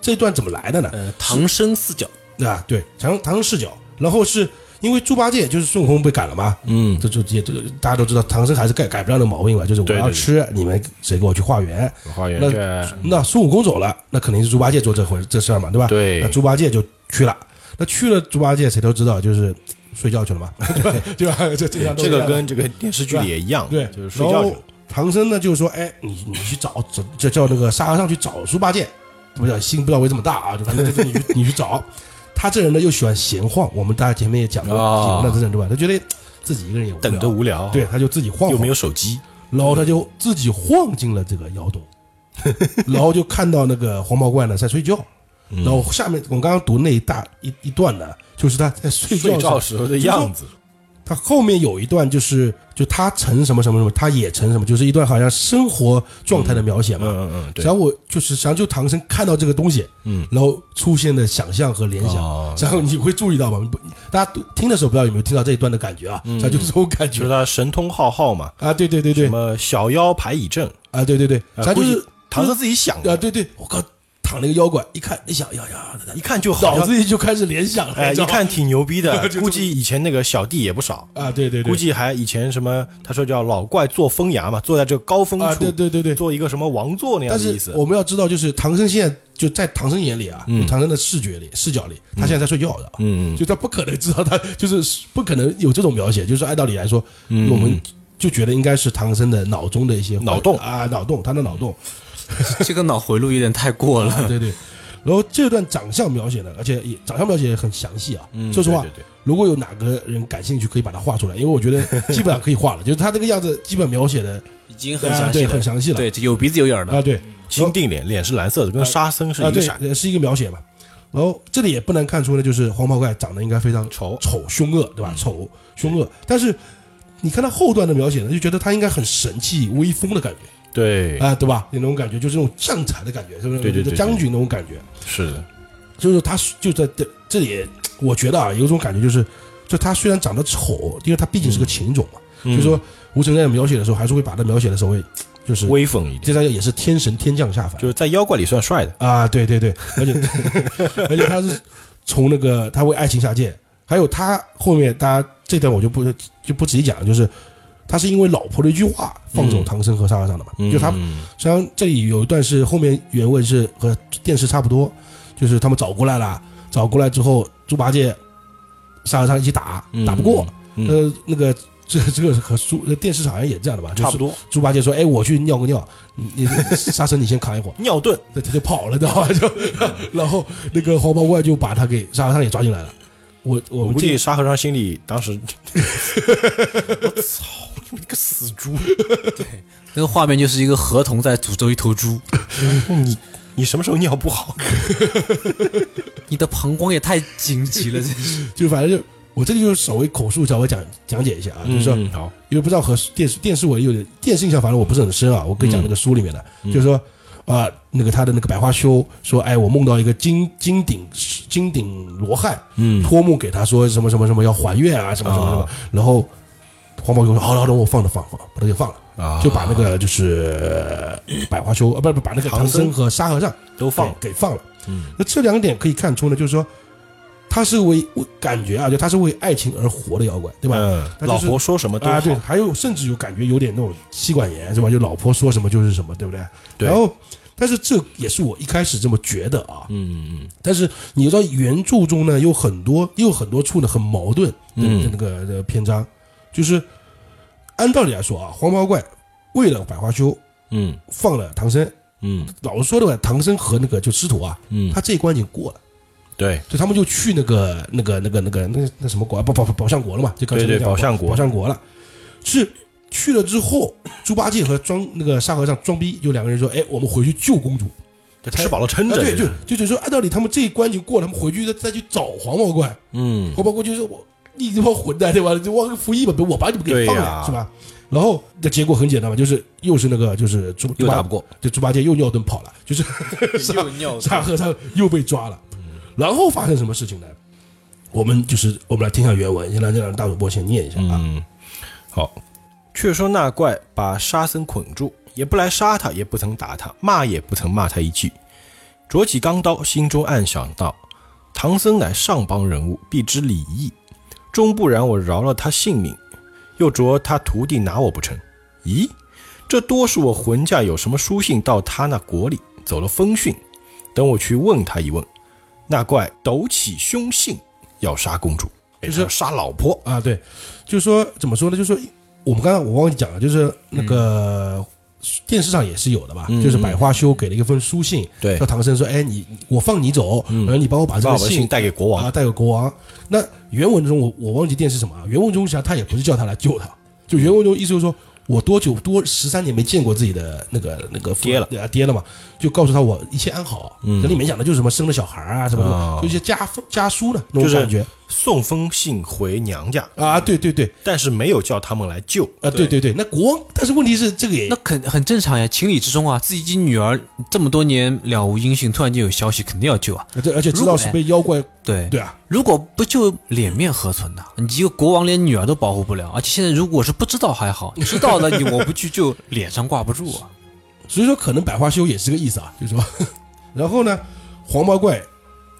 S3: 这段怎么来的呢？
S2: 呃，唐僧四脚，
S1: 嗯
S3: 啊，对，唐唐僧视角，然后是因为猪八戒就是孙悟空被赶了嘛，
S1: 嗯，
S3: 这就也这个大家都知道，唐僧还是改改不了那毛病吧，就是我
S1: 对对
S3: 要
S1: 对嗯
S3: 吃，你们谁给我去化缘？
S1: 花园
S3: 那
S1: 券，
S3: 那孙悟空走了，那肯定是猪八戒做这回这事儿嘛，对吧？
S1: 对
S3: 那猪八戒就去了，那去了猪八戒谁都知道就是 睡觉去了嘛，对吧？对吧？这这样都
S1: 这
S3: 一
S1: 个
S3: 样
S1: 跟这个电视剧里也一样，
S3: 啊对，
S1: 就是
S3: 然
S1: 睡觉去
S3: 后
S1: 了。
S3: 唐僧呢就是说，哎，你你去找，找叫叫那个沙和尚去找猪八戒，不叫心不知道为这么大啊，就反正就 是你去你去找。他这人呢又喜欢闲晃，我们大家前面也讲过，
S1: 哦
S3: 那这人对吧？他觉得自己一个人也无聊
S1: 等着无聊，
S3: 对，，他就自己晃
S1: 又没
S3: 晃，
S1: 有手机，
S3: 然后他就自己晃进了这个窑洞， 然后就看到那个黄毛怪呢在睡觉，
S1: 嗯
S3: 然后下面我刚刚读那一大一一段呢，就是他在哦睡
S1: 睡
S3: 觉的时候
S1: 觉时候的样子，
S3: 他后面有一段就是就他成什么什么什么，他也成什么，就是一段好像生活状态的描写嘛。
S1: 嗯嗯嗯，对
S3: 然，后我就是，然后就唐僧看到这个东西，
S1: 嗯，
S3: 然后出现的想象和联想，
S1: 哦
S3: 然后你会注意到吧？你不大家听的时候不知道有没有听到这一段的感觉啊？嗯，就是这种感
S1: 就是
S3: 觉
S1: 他神通浩浩嘛，
S3: 啊！对对对
S1: 什
S3: 对，
S1: 么小妖排蚁阵，
S3: 啊对对对，
S1: 啊
S3: 咱
S1: 估
S3: 就是
S1: 计唐僧自己想
S3: 啊
S1: 的，
S3: 对对，我靠，躺了一个妖怪，一看，哎呀呀呀，
S1: 一看就好
S3: 脑
S1: 像，
S3: 子里就开始联想了，
S1: 啊哎，
S3: 你
S1: 一
S3: 知道吗
S1: 看挺牛逼的
S3: 就这，么
S1: 估计以前那个小弟也不少。
S3: 啊，对对对，
S1: 估计还以前什么，他说叫老怪坐风崖嘛，坐在这个高峰
S3: 啊，
S1: 处
S3: 对，对对对，
S1: 做一个什么王座那样
S3: 但
S1: 的
S3: 是
S1: 意思。
S3: 我们要知道，就是唐僧现在就在唐僧眼里啊，
S1: 嗯
S3: 就唐僧的视觉里、视角里，他现在在睡觉的啊，
S1: 嗯
S3: 就他不可能知道他就是不可能有这种描写，就是按道理来说，我们就觉得应该是唐僧的脑中的一些
S1: 嗯脑洞
S3: 啊，脑洞，他的脑洞，
S2: 这个脑回路有点太过
S1: 嗯
S2: 了。
S3: 对对。然后这段长相描写呢，而且也长相描写也很详细啊。
S1: 嗯，
S3: 说实话
S1: 对，对对
S3: 如果有哪个人感兴趣，可以把它画出来，因为我觉得基本上可以画了，就是他这个样子基本描写的
S2: 已经
S3: 啊对很详细了。
S2: 对，有鼻子有眼 儿的。
S3: 啊，对，
S1: 金锭脸，脸是蓝色的，跟沙僧是
S3: 啊，
S1: 一个
S3: 对
S1: 色，。
S3: 呃是一个描写嘛。然后这里也不难看出呢，就是黄毛怪长得应该非常
S1: 丑嗯
S3: 丑、凶恶，对吧？丑、凶恶，但是你看他后段的描写呢，就觉得他应该很神气、威风的感觉
S1: 对，
S3: 啊，对吧？那种感觉就是那种将才的感觉，是不是？
S1: 对对对对
S3: 将军那种感觉，
S1: 是的，
S3: 就是他就在这这里，我觉得啊，有种感觉就是，就他虽然长得丑，因为他毕竟是
S1: 嗯
S3: 个禽种嘛，所以说吴承恩在描写的时候，还是会把他描写的稍微就是
S1: 嗯威风一点，
S3: 这张也是天神天降下凡，
S1: 就是在妖怪里算帅的。
S3: 啊，对对对，而且而且他是从那个他为爱情下界，还有他后面大家这段我就不就不仔细讲了，就是他是因为老婆的一句话放走唐僧和沙和尚的嘛，就他
S1: 嗯
S3: 实际上这里有一段是后面原文是和电视差不多，就是他们找过来了，找过来之后猪八戒、沙和尚一起打，打不过，，
S1: 嗯嗯
S3: 呃那个。这这个和猪电视好像也这样的吧，就
S1: 呃差不
S3: 是
S1: 多。
S3: 猪八戒说：“哎，我去尿个尿，你你沙僧你先扛一会儿。”
S1: 尿遁，
S3: 对，他就跑了，知道吧？ 就然后那个黄毛怪就把他给沙和尚也抓进来了。我我
S1: 我
S3: 们
S1: 估
S3: 这
S1: 计沙和尚心里当时， 我操，你个死猪！
S2: 那个画面就是一个河童在诅咒一头猪，
S1: 你你什么时候尿不好？
S2: 你的膀胱也太紧急 了，真是。
S3: 就反正就我这里就是稍微口述稍微讲讲解一下啊，就是说
S1: 嗯好，
S3: 因为不知道和电视电视我有点电视印象，反正我不是很深啊。我跟你讲
S1: 嗯
S3: 那个书里面的，就是说啊、那个他的那个百花羞说，哎，我梦到一个金金顶金顶罗汉，
S1: 嗯
S3: 托梦给他说什么什么什么要还愿啊，什么什么什么
S1: 啊，
S3: 然后黄毛就说好了好了，我放了放了放了，把他给放了。
S1: 啊，
S3: 就把那个就是呃百花羞呃，不是不是把那个
S1: 唐
S3: 唐
S1: 僧
S3: 僧和沙和尚
S1: 都放了
S3: 给给放了。
S1: 嗯
S3: 那这两点可以看出呢，就是说他是为为感觉啊，就他是为爱情而活的妖怪，对吧？
S1: 嗯，
S3: 那就是
S1: 老婆说什么都
S3: 啊，
S1: 好，
S3: 对，还有甚至有感觉有点那种妻管严是吧？就老婆说什么就是什么，对不对？
S1: 对
S3: 然后，但是这也是我一开始这么觉得啊。
S1: 嗯嗯
S3: 但是你知道原著中呢有很多也有很多处呢很矛盾的
S1: 嗯
S3: 的那个的篇章，就是按道理来说啊，黄毛怪为了百花羞
S1: 嗯
S3: 放了唐僧，
S1: 嗯
S3: 老实说的话，唐僧和那个就师徒啊，
S1: 嗯，
S3: 他这一关已经过了，
S1: 对，
S3: 就他们就去那个那个那个那个那那什么国啊，宝宝宝象国了嘛，就刚才
S1: 对对
S3: 讲
S1: 宝象国
S3: 宝象国了，是去了之后，猪八戒和装那个沙和尚装逼，就两个人说，哎，我们回去救公主，
S1: 就吃饱了撑
S3: 啊
S1: 着，
S3: 对，就
S1: 这
S3: 就就就说按道理他们这一关已经过了，他们回去再再去找黄毛怪，
S1: 嗯
S3: 黄毛怪就说我你这帮混蛋对吧？就忘个服役吧，我把你们给
S1: 对
S3: 放了、
S1: 呀
S3: 是吧？然后的结果很简单嘛，就是又是那个就是猪
S2: 又打不过，
S3: 就猪八戒又尿遁跑了，就是
S2: 又尿
S3: 沙和尚又被抓了。然后发生什么事情呢？我们就是我们来听一下原文，先让让大主播先念一下啊。
S1: 嗯，好。却说那怪把沙僧捆住，也不来杀他，也不曾打他，骂也不曾骂他一句。着起钢刀，心中暗想到：唐僧乃上邦人物，必知礼义，终不然我饶了他性命，又着他徒弟拿我不成？咦，这多是我浑家有什么书信到他那国里，走了风讯，等我去问他一问。那怪抖起凶性，要杀公主，
S3: 就是
S1: 要杀老婆。
S3: 嗯啊，对，就是说怎么说呢？就是说我们刚刚我忘记讲了，就是那个电视上也是有的吧，
S1: 嗯
S3: 就是百花羞给了一封书信，
S1: 对
S3: 叫，唐僧说：“哎，你我放你走，然后你嗯帮我把这
S1: 把
S3: 个
S1: 我的信带给国
S3: 啊
S1: 王，
S3: 带给国王。”那原文中我我忘记电视什么啊？原文中实际上他也不是叫他来救他，就原文中意思就是说我多久多十三年没见过自己的那个那个父
S1: 爹了
S3: 啊爹了嘛，就告诉他我一切安好。
S1: 嗯
S3: 这里面讲的就是什么生了小孩啊什么什
S1: 哦
S3: 么，就一些家家书的那种
S1: 就是
S3: 感觉
S1: 送封信回娘家，
S3: 啊，对对对。
S1: 但是没有叫他们来救。
S3: 啊，对对对，那国王，但是问题是这个也
S2: 那肯很正常呀，情理之中啊。自己女儿这么多年了无音讯，突然间有消息，肯定要救啊。
S3: 而且而且知道是被妖怪，
S2: 对
S3: 对啊，
S2: 如果不救，脸面何存呐？你一个国王连女儿都保护不了，而且现在如果是不知道还好，知道了你我不去救，脸上挂不住啊。
S3: 所以说可能百花羞也是这个意思啊，就是说， 然后呢，黄毛怪，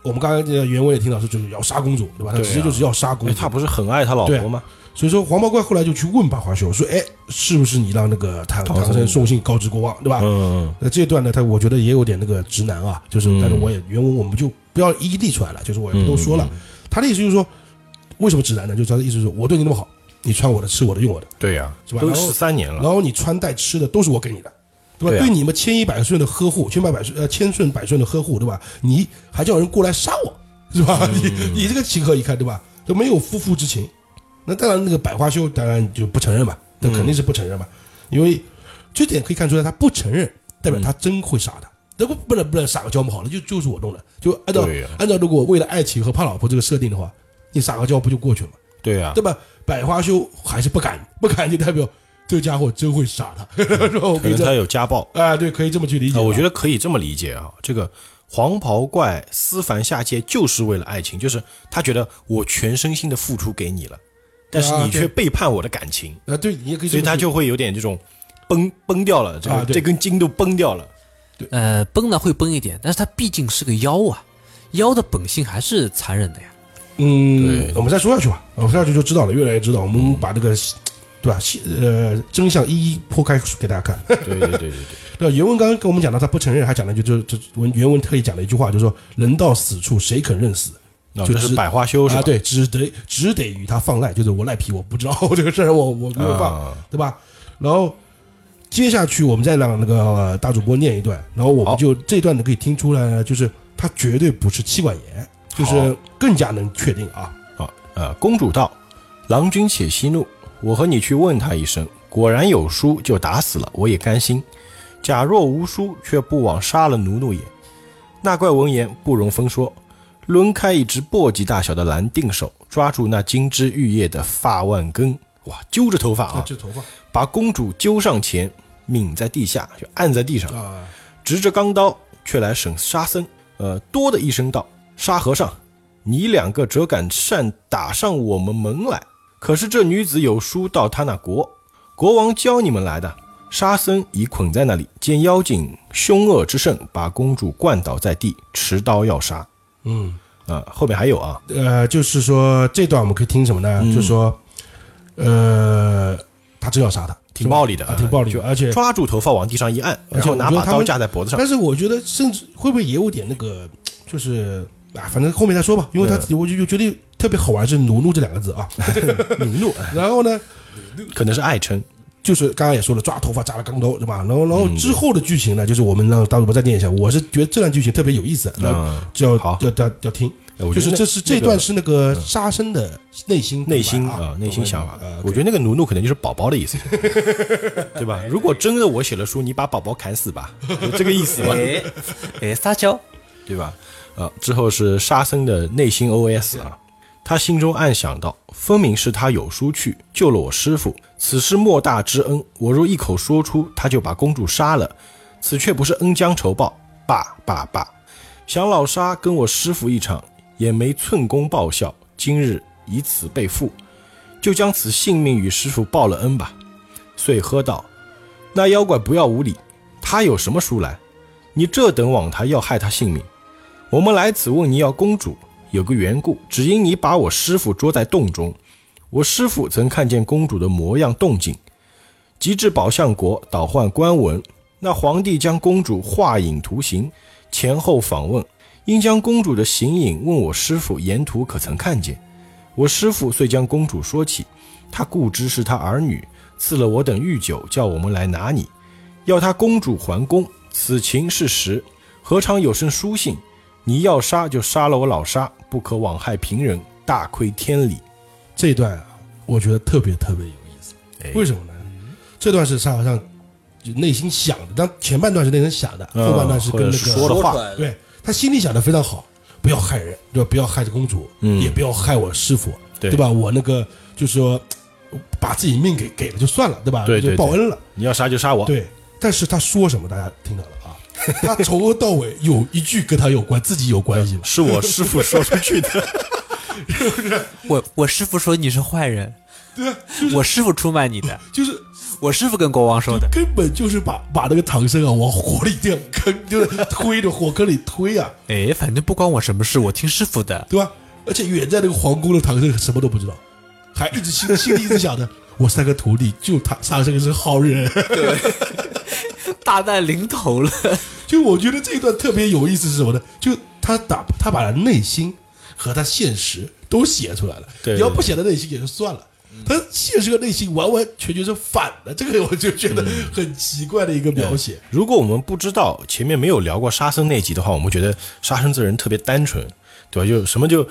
S3: 我们刚才这个原文也听到说就是要杀公主，对吧？他
S1: 对啊
S3: 直接就是要杀公
S1: 哎，
S3: 主，
S1: 他不是很爱他老
S3: 啊
S1: 婆吗？
S3: 所以说黄毛怪后来就去问百花羞说，哎，是不是你让那个唐
S1: 唐僧
S3: 唐僧送信告知国王，对吧？
S1: 嗯，
S3: 那这段呢，他我觉得也有点那个直男啊，就是
S1: 嗯，
S3: 但是我也原文我们就不要一一列出来了，就是我也不多说
S1: 嗯
S3: 了。他的意思就是说，为什么直男呢？就是他的意思就是我对你那么好，你穿我的，吃我的，用我的，
S1: 对呀，
S3: 是吧
S1: 都
S3: 然后
S1: 十三年
S3: 然
S1: 了，
S3: 后你穿戴吃的都是我给你的，对吧？
S1: 对啊
S3: 对你们千依百顺的呵护，千百百顺呃千顺百顺的呵护，对吧？你还叫人过来杀我， 是吧？
S1: 嗯
S3: 你你这个情何以堪，对吧？都没有夫妇之情。那当然，那个百花羞当然就不承认嘛，那肯定是不承认嘛，
S1: 嗯
S3: 因为这点可以看出来，他不承认代表他真会杀他。
S1: 嗯
S3: 那不不能不能撒个娇嘛，好了，就就是我弄的，就按照
S1: 对呀
S3: 按照如果为了爱情和怕老婆这个设定的话，你撒个娇不就过去了吗？
S1: 对呀，
S3: 对吧？百花羞还是不敢，不敢就代表这家伙真会杀他，是吧？我
S1: 可
S3: 可以
S1: 能
S3: 这
S1: 他有家暴。
S3: 啊，对，可以这么去理解吧。
S1: 啊，我觉得可以这么理解啊，这个黄袍怪思凡下界就是为了爱情，就是他觉得我全身心的付出给你了，但是
S3: 啊
S1: 你
S3: 对
S1: 却背叛我的感情，
S3: 啊，对，你也可以这
S1: 所以
S3: 么
S1: 他
S3: 去
S1: 就会有点这种崩崩掉了，这个、
S3: 啊对
S1: 这根筋都崩掉 了。
S2: 呃，崩呢会崩一点，但是他毕竟是个妖啊，妖的本性还是残忍的呀。
S3: 嗯
S1: 对，
S3: 我们再说下去吧，我们说下去就知道了，越来越知道。我们嗯把这个呃对吧？细呃，真相一一剖开给大家看。
S1: 对对对对对，
S3: 对，原文刚刚跟我们讲到，他不承认，还讲了一句，就就文原文特意讲了一句话，就是说人到死处谁肯认死
S1: 啊，
S3: 就
S1: 这是
S3: 是
S1: 百花羞是吧？
S3: 啊？对，只得只得与他放赖，就是我赖皮，我不知道 这个事儿，我我没有放。
S1: 啊，
S3: 对吧？然后接下去我们再让那个、呃大主播念一段，然后我
S1: 好
S3: 们就这段呢可以听出来呢，就是他绝对不是妻管严，就
S1: 好
S3: 是更加能确定啊。
S1: 好，呃，公主道：“郎君且息怒，我和你去问他一声，果然有书就打死了，我也甘心。假若无书，却不枉杀了奴奴也。”那怪闻言不容分说，抡开一只簸箕大小的蓝靛手，抓住那金枝玉叶的发腕根，哇，揪着头发
S3: 啊，
S1: 啊，
S3: 这头发
S1: 把公主揪上前，抿在地下，就按在地上，
S3: 啊，
S1: 执着钢刀却来审沙僧。呃，多的一声道：“沙和尚，你两个折敢擅打上我们门来？可是这女子有书到他那国，国王教你们来的。”沙僧已捆在那里，见妖精凶恶之甚，把公主灌倒在地，持刀要杀。
S3: 嗯，
S1: 啊、后面还有啊，
S3: 呃，就是说这段我们可以听什么呢？
S1: 嗯
S3: 就是说，呃，他真要杀他，
S1: 挺暴力的，
S3: 啊，挺暴力的，而且。
S1: 抓住头发往地上一按，
S3: 而
S1: 然
S3: 且
S1: 后拿
S3: 我觉得
S1: 把
S3: 他
S1: 刀
S3: 们
S1: 架在脖子上。
S3: 但是我觉得，甚至会不会也有点那个，就是啊，反正后面再说吧，因为他我就就觉得特别好玩是“奴奴”这两个字啊。
S1: 奴哎怒，
S3: 然后呢，
S1: 可能是爱称。
S3: 就是刚刚也说了，抓头发扎了钢刀，对吧？然后，然后
S1: 嗯
S3: 之后的剧情呢，就是我们让大主播再念一下。我是觉得这段剧情特别有意思，那
S1: 嗯，
S3: 就要
S1: 好
S3: 要要要听，
S1: 哎我觉
S3: 就
S1: 得
S3: 是
S1: 那
S3: 这是
S1: 那
S3: 这
S1: 个
S3: 段是那个沙僧的内心
S1: 内心
S3: 独白
S1: 啊
S3: 啊，
S1: 内心想法。
S3: 呃
S1: 我觉得那个奴奴可能就是宝宝的意思，对吧？如果真的我写了书，你把宝宝砍死吧， 有这个意思吧，
S2: 哎 哎，撒娇，
S1: 对吧？呃，之后是沙僧的内心 OS 啊，他心中暗想到：分明是他有书去救了我师傅，此是莫大之恩。我若一口说出，他就把公主杀了，此却不是恩将仇报。罢罢罢，想老沙跟我师傅一场，也没寸功报效，今日以此被负，就将此性命与师傅报了恩吧。遂喝道：“那妖怪不要无礼，他有什么书来？你这等往他要害他性命。我们来此问你要公主，有个缘故，只因你把我师傅捉在洞中，我师傅曾看见公主的模样动静，及至宝象国倒换官文，那皇帝将公主画影图形，前后访问，因将公主的形影问我师傅沿途可曾看见，我师傅遂将公主说起，他固知是他儿女，赐了我等御酒，叫我们来拿你，要他公主还宫。此情是实，何尝有生书信？你要杀就杀了我老沙，不可枉害平人，大亏天理。
S3: 这一段啊，我觉得特别特别有意思。
S1: 哎
S3: 为什么呢？这段是沙和尚就内心想的，但前半段是内心想的，
S1: 嗯
S3: 后半段是跟那
S1: 或者
S3: 个
S1: 是说的话
S4: 出来了，
S3: 对他心里想的非常好，不要害人，对吧？不要害这公主，
S1: 嗯
S3: 也不要害我师傅，
S1: 对
S3: 吧？我那个就是说，把自己命给给了就算了，对吧？
S1: 对对
S3: 就报恩了，
S1: 你要杀就杀我。
S3: 对。但是他说什么，大家听到了啊？他从头到尾有一句跟他有关，自己有关系吗？
S1: 是我师傅说出去的。
S2: 我我师傅说你是坏人，对，我师傅出卖你的，
S3: 就是
S2: 我师傅跟国王说的，
S3: 根本就是把把那个唐僧啊往火里这样坑，就是推着火坑里推啊，
S2: 哎，反正不关我什么事，我听师傅的，
S3: 对吧？而且远在那个皇宫的唐僧什么都不知道，还一直心心里一直想着，我三个徒弟就他沙僧是好人。
S2: 大难临头了，
S3: 就我觉得这一段特别有意思是什么呢？就他打他把他内心和他现实都写出来了。
S1: 对
S3: 你要不写他内心也就算了。他现实和内心完完全全是反的，这个我就觉得很奇怪的一个描写。
S1: 如果我们不知道前面没有聊过沙僧那集的话，我们觉得沙僧这人特别单纯，对吧？就什么就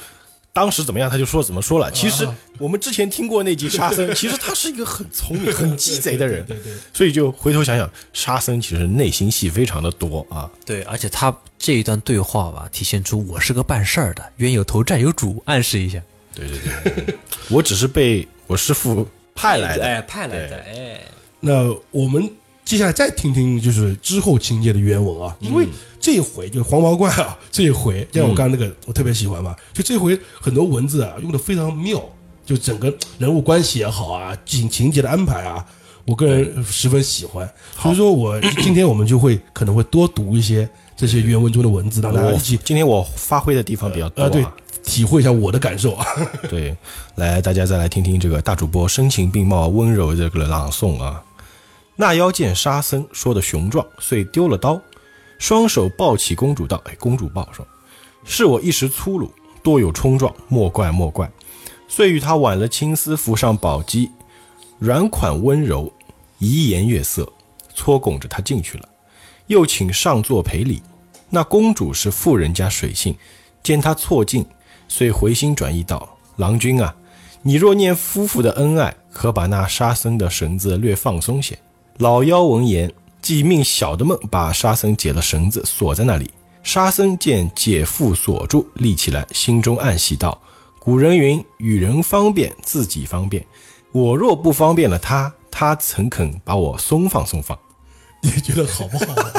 S1: 当时怎么样他就说怎么说了。其实我们之前听过那集沙 僧，其实他是一个很聪明、很鸡贼的人，所以就回头想想，沙僧其实内心戏非常的多啊。
S2: 对，而且他这一段对话吧，体现出我是个办事儿的，冤有头债有主，暗示一下，
S1: 对对对，我只是被我师傅派来的。
S4: 哎，派来的，哎，
S3: 那我们接下来再听听就是之后情节的原文啊，因为这一回就是黄毛怪啊， 这一回像我刚刚那个我特别喜欢嘛，就这回很多文字啊用的非常妙，就整个人物关系也好啊，情情节的安排啊，我个人十分喜欢，所以说我今天我们就会可能会多读一些这些原文中的文字，让大家
S1: 我
S3: 一起
S1: 今天我发挥的地方比较多、
S3: 呃
S1: 啊
S3: 对体会一下我的感受啊，
S1: 对，来，大家再来听听这个大主播声情并茂、温柔的这个朗诵啊。那妖见沙僧说的雄壮，遂丢了刀，双手抱起公主道：“哎，公主抱说，是我一时粗鲁，多有冲撞，莫怪莫怪。”遂与他挽了青丝，扶上宝鸡，软款温柔，怡颜悦色，搓拱着他进去了。又请上座赔礼。那公主是富人家水性，见他错境，遂回心转意道：“郎君啊，你若念夫妇的恩爱，可把那沙僧的绳子略放松些。”老妖闻言，即命小的们把沙僧解了绳子，锁在那里。沙僧见解缚锁住，立起来，心中暗喜道：“古人云，与人方便，自己方便。我若不方便了他，他怎肯把我松放松放？”
S3: 你觉得好不好玩？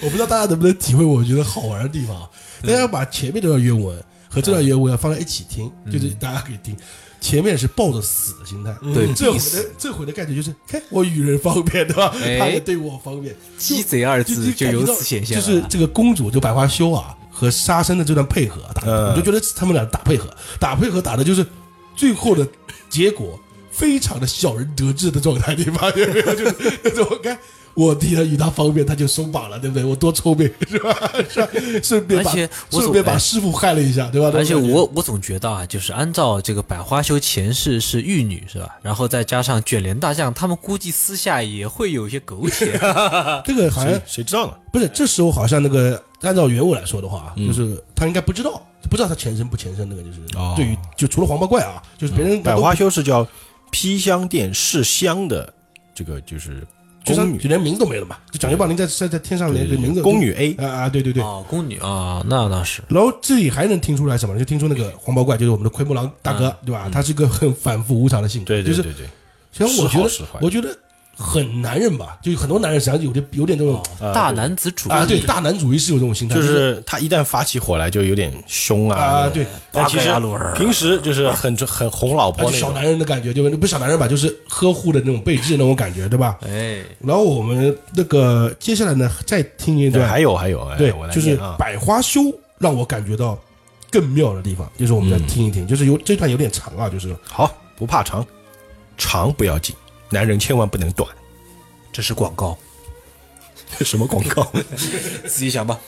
S3: 我不知道大家能不能体会我觉得好玩的地方啊。
S2: 嗯
S3: 大家把前面这段原文和这段原文要放在一起听，
S2: 嗯
S3: 就是大家可以听。前面是抱着死的心态，
S2: 对
S3: 这回
S2: 必
S3: 的
S2: 死
S3: 这回的感觉就是，看我与人方便，对吧？
S2: 哎
S3: 他也对我方便，
S2: 鸡贼二字
S3: 就
S2: 就由此显现
S3: 就
S2: 了。
S3: 是这个公主就百花羞啊和沙僧的这段配合，打
S1: 嗯
S3: 我就觉得他们俩打配合，打配合打的就是最后的结果非常的小人得志的状态，你发现没有？就是那种看。我替他与他方便，他就松绑了，对不对？我多聪明是吧？是吧顺便把
S2: 而且我
S3: 顺便
S2: 总
S3: 把师傅害了一下，对吧？
S2: 而且
S3: 那种感觉
S2: 我我总觉得啊，就是按照这个百花羞前世是玉女是吧？然后再加上卷帘大将，他们估计私下也会有一些苟且。
S3: 这个好像
S1: 哎谁知道呢？
S3: 不是，这时候好像那个按照原文来说的话，啊就是他应该不知道，不知道他前身不前身，那个就是
S1: 哦
S3: 对于就除了黄毛怪啊，就是别人
S1: 百
S3: 都
S1: 花羞是叫披香殿试香的这个就是
S3: 就
S1: 宫
S3: 像
S1: 女，
S3: 就连名都没了嘛，就蒋刘宝林在在在天上连
S1: 对
S3: 个名字
S1: 宫女 A，
S3: 啊啊，对对对。
S2: 哦，宫女啊，那倒是。
S3: 然后这里还能听出来什么呢？就听出那个黄毛怪就是我们的奎木狼大哥，对吧？他是一个很反复无常的性格，
S1: 对对
S3: 就是
S1: 对对，
S3: 其实我觉
S1: 是好
S3: 得
S1: 是坏
S3: 我觉得很男人吧，就很多男人实际上有点有点这种
S2: 大男子主义
S3: 啊，对大男主义是有这种心态，
S1: 哦就是他一旦发起火来就有点凶啊
S3: 啊，对，
S1: 但其
S2: 八
S1: 实
S2: 个呀鲁儿
S1: 平时就是很很哄老
S3: 啊
S1: 婆
S3: 就
S1: 那
S3: 小
S1: 种，
S3: 男人的感觉，对吧？不是小男人吧，就是呵护的那种备至那种感觉，对吧？
S2: 哎，
S3: 然后我们那个接下来呢，再听一
S1: 对，
S3: 段
S1: 还有还有，哎
S3: 对
S1: 我，来
S3: 就是
S1: 念啊，
S3: 百花羞让我感觉到更妙的地方，就是我们再
S1: 嗯
S3: 听一听，就是有这段有点长啊，就是
S1: 好，不怕长，长不要紧，男人千万不能短，
S2: 这是广告，
S1: 什么广 告？
S2: 自己想吧。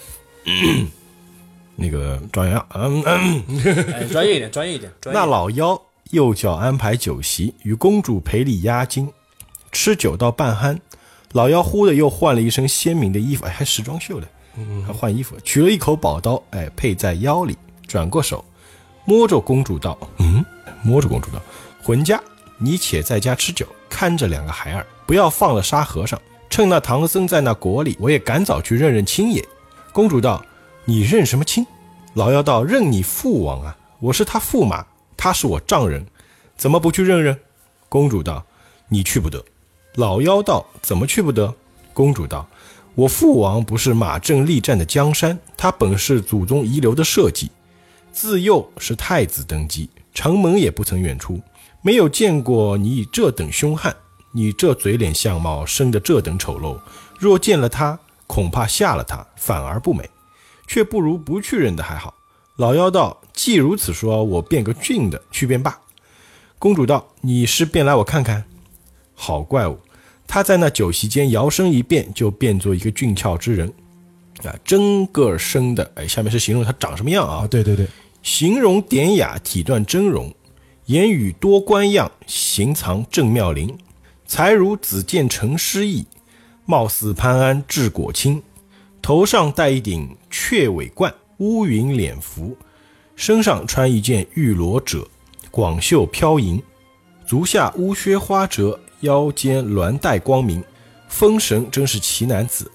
S1: 那个庄园啊，嗯嗯，嗯
S4: 哎，专业一点，专业一点，专业一
S1: 那
S4: 点。
S1: 老妖右脚安排酒席，与公主赔礼押金，吃酒到半酣。老妖忽的又换了一身鲜明的衣服，哎，还时装秀嘞，
S4: 嗯
S1: 还换衣服，取了一口宝刀，哎，配在腰里，转过手，摸着公主道：“嗯，摸着公主道，魂家，你且在家吃酒，看着两个孩儿，不要放了沙和尚。趁那唐僧在那国里，我也赶早去认认亲也。”公主道：“你认什么亲？”老妖道：“认你父王啊，我是他驸马，他是我丈人，怎么不去认认？”公主道：“你去不得。”老妖道：“怎么去不得？”公主道：“我父王不是马正立战的江山，他本是祖宗遗留的社稷，自幼是太子登基，城门也不曾远出，没有见过你这等凶悍，你这嘴脸相貌生的这等丑陋，若见了他，恐怕吓了他，反而不美，却不如不去认得还好。”老妖道：“既如此说，我变个俊的去便罢。”公主道：“你是变来我看看？”好怪物，他在那酒席间摇身一变，就变作一个俊俏之人，啊，真个生的，哎，下面是形容他长什么样
S3: 啊，
S1: 啊，
S3: 对对对，
S1: 形容典雅，体段峥嵘，言语多官样，行藏正妙龄，才如子建成诗意，貌似潘安治果卿，头上戴一顶雀尾冠，乌云脸服，身上穿一件玉罗褶，广袖飘盈，足下乌靴花折，腰间鸾带光明，风神真是奇男子。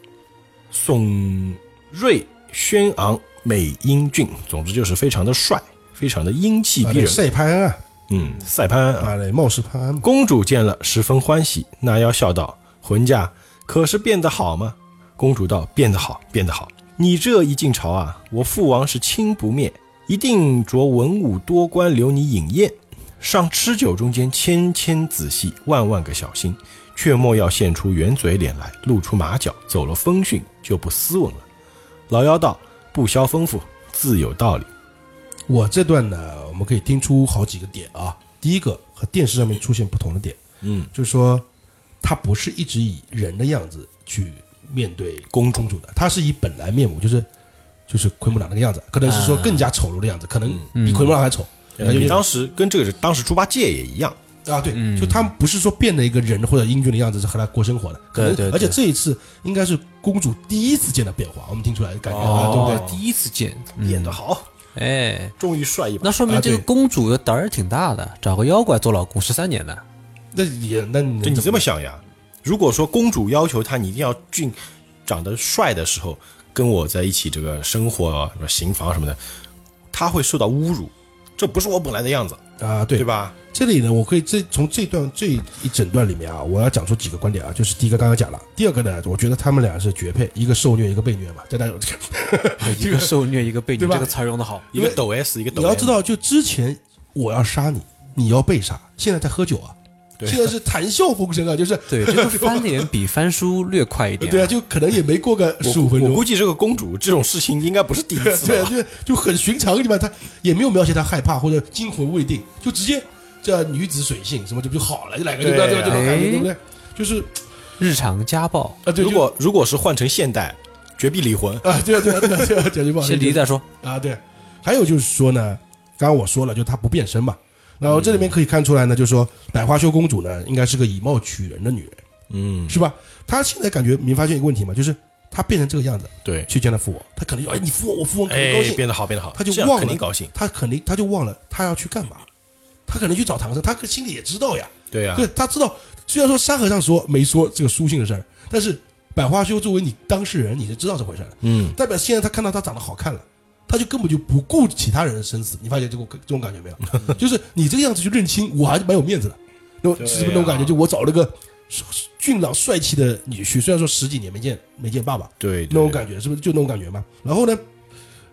S1: 宋瑞轩昂美英俊，总之就是非常的帅，非常的英气
S3: 啊
S1: 逼
S3: 对
S1: 人。
S3: 赛潘安啊，
S1: 嗯，赛潘安啊，
S3: 啊，对，貌似潘安，
S1: 公主见了十分欢喜，那妖笑道：“浑家可是变得好吗？”公主道：“变得好，变得好。你这一进朝啊，我父王是亲不灭，一定着文武多官留你饮宴。上吃酒中间，千千仔细，万万个小心，却莫要现出圆嘴脸来，露出马脚，走了风讯就不斯文了。”老妖道：“不消吩咐，自有道理。
S3: 我这段呢，我们可以听出好几个点啊。第一个和电视上面出现不同的点，
S1: 嗯，
S3: 就是说他不是一直以人的样子去面对
S1: 公主
S3: 公主的，他是以本来面目，就是就是奎木狼那个样子，可能是说
S2: 啊
S3: 更加丑陋的样子，可能比奎木狼还丑。”那就
S1: 哎你
S3: 有
S1: 当时跟这个是当时猪八戒也一样，
S3: 啊，对，就他们不是说变得一个人或者英俊的样子是和他过生活的，可
S2: 对
S3: 能
S2: 对对
S3: 而且这一次应该是公主第一次见到变化，我们听出来感觉、啊，对不
S2: 哦
S3: 对？，
S2: 第一次见，
S1: 演得好，
S2: 哎，
S1: 终于帅一把。
S2: 那说明这个
S3: 啊对
S2: 公主的胆儿挺大的，找个妖怪做老公十三年呢。
S3: 那也那你
S1: 就你这
S3: 么
S1: 么想呀？如果说公主要求他你一定要俊、长得帅的时候，跟我在一起这个生活啊、什么行房什么的，他会受到侮辱，这不是我本来的样子，
S3: 啊，
S1: 对
S3: 对
S1: 吧？
S3: 这里呢，我可以这从这段这一整段里面啊，我要讲出几个观点啊，就是第一个刚刚讲了，第二个呢，我觉得他们俩是绝配，一个受虐，一个被虐嘛，在那有
S2: 一个受虐，一个被
S3: 对
S2: 虐，
S3: 吧
S2: 这个词儿用的好。
S1: 一个抖 S，一个抖
S3: 你要知
S1: M，
S3: 道，就之前我要杀你，你要被杀，现在在喝酒啊，
S1: 对
S3: 现在是谈笑风生啊，就是
S2: 对，这个翻脸比翻书略快一点。
S3: 对啊，就可能也没过个
S1: 我
S3: 十五分
S1: 我
S3: 钟
S1: 估。计这个公主这种事情应该不是第一
S3: 对啊
S1: 次
S3: 对 啊
S1: 吧。
S3: 对啊，就很寻常对吧？他也没有描写他害怕或者惊魂未定，就直接这女子水性什么这不就好了？就来个对吧？
S1: 对啊
S3: 这种感觉
S2: 哎
S3: 对不对？就是
S2: 日常家暴，
S3: 啊，对，
S1: 如果如果是换成现代，绝壁离婚
S3: 就。啊，对啊，对啊，对啊， 对啊，讲句不好
S2: 先
S3: 听，
S2: 离再说。
S3: 啊，对。还有就是说呢，刚刚我说了，就她不变身嘛。然后这里面可以看出来呢，就是说百花羞公主呢，应该是个以貌取人的女人，
S1: 嗯，
S3: 是吧？她现在感觉没发现一个问题嘛，就是她变成这个样子
S1: 对，
S3: 去见她父王，她可能就哎你父王我父王肯定
S1: 哎
S3: 高，兴，
S1: 变得好，变得好，
S3: 他就
S1: 这样
S3: 忘了
S1: 肯定高兴。
S3: 她肯定她就忘了她要去干嘛，她可能去找唐僧，她心里也知道呀，
S1: 对啊呀、
S3: 对，他知道，虽然说沙和尚说没说这个书信的事儿，但是百花羞作为你当事人，你是知道这回事儿的。
S1: 嗯，
S3: 代表现在他看到他长得好看了，他就根本就不顾其他人的生死。你发现这种这种感觉没有？ 就是你这个样子去认亲，我还是蛮有面子的。那种
S1: 对
S3: 是不是那种感觉？
S1: 啊
S3: 就我找了个俊朗帅气的女婿，虽然说十几年没见没见爸爸，
S1: 对，对
S3: 那种感觉，是不是就那种感觉嘛？然后呢，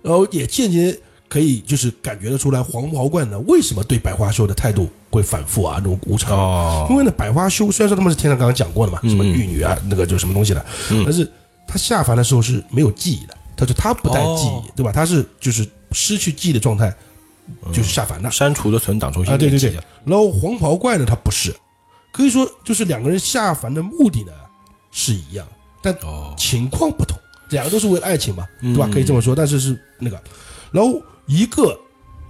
S3: 然后也间接可以就是感觉得出来，黄袍冠呢为什么对百花羞的态度会反复啊，那种无常。
S1: 哦
S3: 因，为呢，百花羞虽然说他们是天上刚刚讲过的嘛，什么玉女啊，那个就是什么东西的，但是他下凡的时候是没有记忆的，他就他不带记忆，
S2: 哦
S3: 对吧？他是就是失去记忆的状态，就是下凡的、
S1: 删除的存档重新
S3: 嗯啊，对对
S1: 编辑
S3: 对
S1: 一下。
S3: 然后黄袍怪呢，他不是，可以说就是两个人下凡的目的呢是一样，但
S1: 哦，
S3: 情况不
S1: 嗯
S3: 同，两个都是为了爱情嘛，对吧？可以这么说，但是是那个，然后一个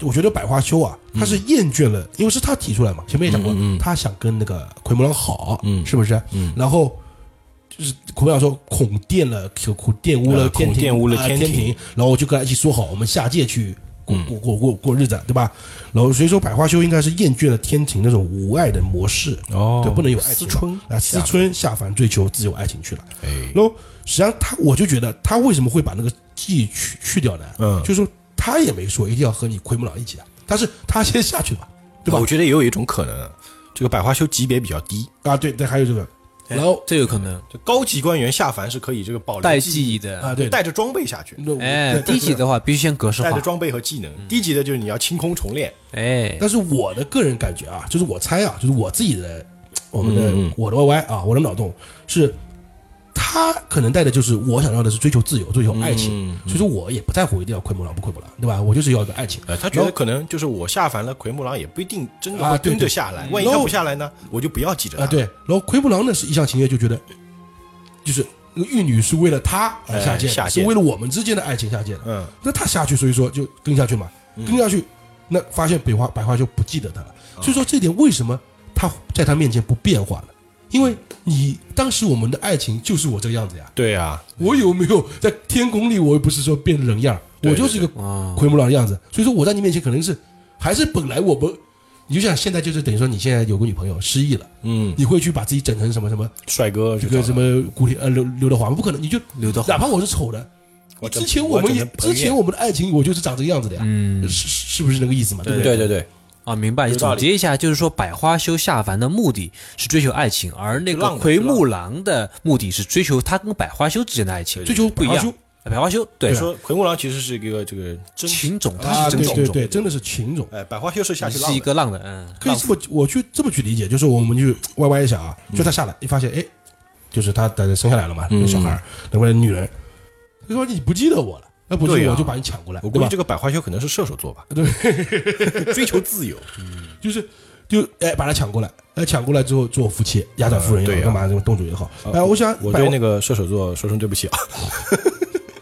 S3: 我觉得百花羞啊，他是厌倦了，因为是他提出来嘛，前面也讲过，
S1: 嗯嗯嗯嗯
S3: 他想跟那个奎木狼好，
S1: 嗯
S3: 是不是？
S1: 嗯
S3: 然后就是奎木狼说恐玷了，恐恐玷污了
S1: 呃
S3: 天
S1: 恐
S3: 庭，
S1: 玷污了
S3: 啊
S1: 天
S3: 天
S1: 庭嗯
S3: 然后我就跟他一起说好，我们下界去过过过过过日子，对吧？然后所以说百花羞应该是厌倦了天庭那种无爱的模式，
S1: 哦
S3: 对，不能有爱
S1: 思
S3: 情了
S1: 春
S3: 啊，思春下凡追求自由爱情去了。
S1: 哎，
S3: 然后实际上他，我就觉得他为什么会把那个记忆去去掉呢？
S1: 嗯
S3: 就是说他也没说一定要和你奎木狼一起的，啊但是他先下去了吧，对吧
S1: 我？觉得也有一种可能，啊这个百花羞级别比较低，
S3: 啊，对对，还有这个，然后
S2: 哎这有可能
S1: 就高级官员下凡是可以这个保留
S2: 带
S1: 记
S2: 记忆
S3: 啊，
S2: 的，
S3: 对，
S1: 带着装备下去，
S3: 那我
S2: 哎，
S3: 对
S2: 低级的话必须先格式
S1: 带着
S2: 化，
S1: 装备和技能。低级的就是你要清空重练，
S2: 哎，
S3: 但是我的个人感觉啊，就是我猜啊，就是我自己的，我们的、
S1: 嗯嗯
S3: 我的 YY 啊，我的脑洞是，他可能带的就是我想要的是追求自由，追求爱情，
S1: 嗯
S3: 所以说我也不在乎一定要奎木狼不奎木狼，对吧？我就是要一个爱情。
S1: 呃，他觉得可能就是我下凡了，奎木狼也不一定真的
S3: 啊
S1: 会
S3: 对
S1: 跟着
S3: 对
S1: 下来。
S3: 嗯
S1: 万一他
S3: 然后
S1: 不下来呢，我就不要记着他。
S3: 啊，对，然后奎木狼呢是一厢情愿，就觉得就是那个玉女是为了他而下界的，
S1: 哎下界
S3: 是为了我们之间的爱情下界的。
S1: 嗯，
S3: 那他下去，所以说就跟下去嘛，跟下去，那发现北花百花就不记得他了。
S1: 啊
S3: 所以说这点为什么他在他面前不变化呢？因为你当时我们的爱情就是我这个样子呀，
S1: 对啊，
S3: 我有没有在天宫里，我又不是说变人样儿，
S1: 对
S3: 我就是一个
S2: 嗯，
S3: 奎木狼的样子。所以说我在你面前可能是还是本来我不，你就像现在就是等于说你现在有个女朋友失忆了。
S1: 嗯，
S3: 你会去把自己整成什么什么
S1: 帅哥
S3: 这个什么古典呃刘刘德华吗？不可能，你就
S2: 刘德华
S3: 哪怕我是丑的，
S1: 我整
S3: 之前我们也
S1: 我整成彭
S3: 之
S1: 于晏
S3: 前我们的爱情我就是长这个样子的呀，
S2: 嗯
S3: 是是是不是那个意思嘛？对不
S1: 对对对，
S2: 啊，明白。
S1: 有道
S2: 总
S1: 理
S2: 结一下，就是说百花羞下凡的目的是追求爱情，而那个
S1: 浪的
S2: 奎木狼的目的是追求他跟百花羞之间的爱情，
S3: 追求
S2: 不一
S3: 百花
S2: 样
S3: 羞。
S2: 百花羞对
S1: 你说奎木狼其实是一个这个真
S2: 情种，它
S3: 啊，
S2: 是真
S3: 对
S2: 情
S3: 对
S2: 种，
S3: 对，真的是情种，
S1: 哎，百花羞是下
S2: 你
S1: 去
S2: 是
S1: 浪
S2: 一
S1: 的，
S2: 个浪的，嗯，
S3: 可以
S2: 浪
S3: 这么我去这么去理解，就是我们就歪歪一下啊，
S1: 嗯
S3: 就他下来，一发现哎，就是他大家生下来了嘛，那
S1: 嗯
S3: 小孩儿，那个女人，他说你不记得我了，那不
S1: 对
S3: 是
S1: 呀
S3: 我就把你抢过来，
S1: 我
S3: 对
S1: 估计
S3: 吧
S1: 这？个百花羞可能是射手座吧， 追求自由，
S3: 就是就哎把他抢过来，哎抢过来之后做夫妻，压榨夫人
S1: 嗯对
S3: 也
S1: 呀啊
S3: 好，干嘛什么动作也好，哎，我想
S1: 我
S3: 百
S1: 对
S3: 花
S1: 那个射手座说声对不起啊，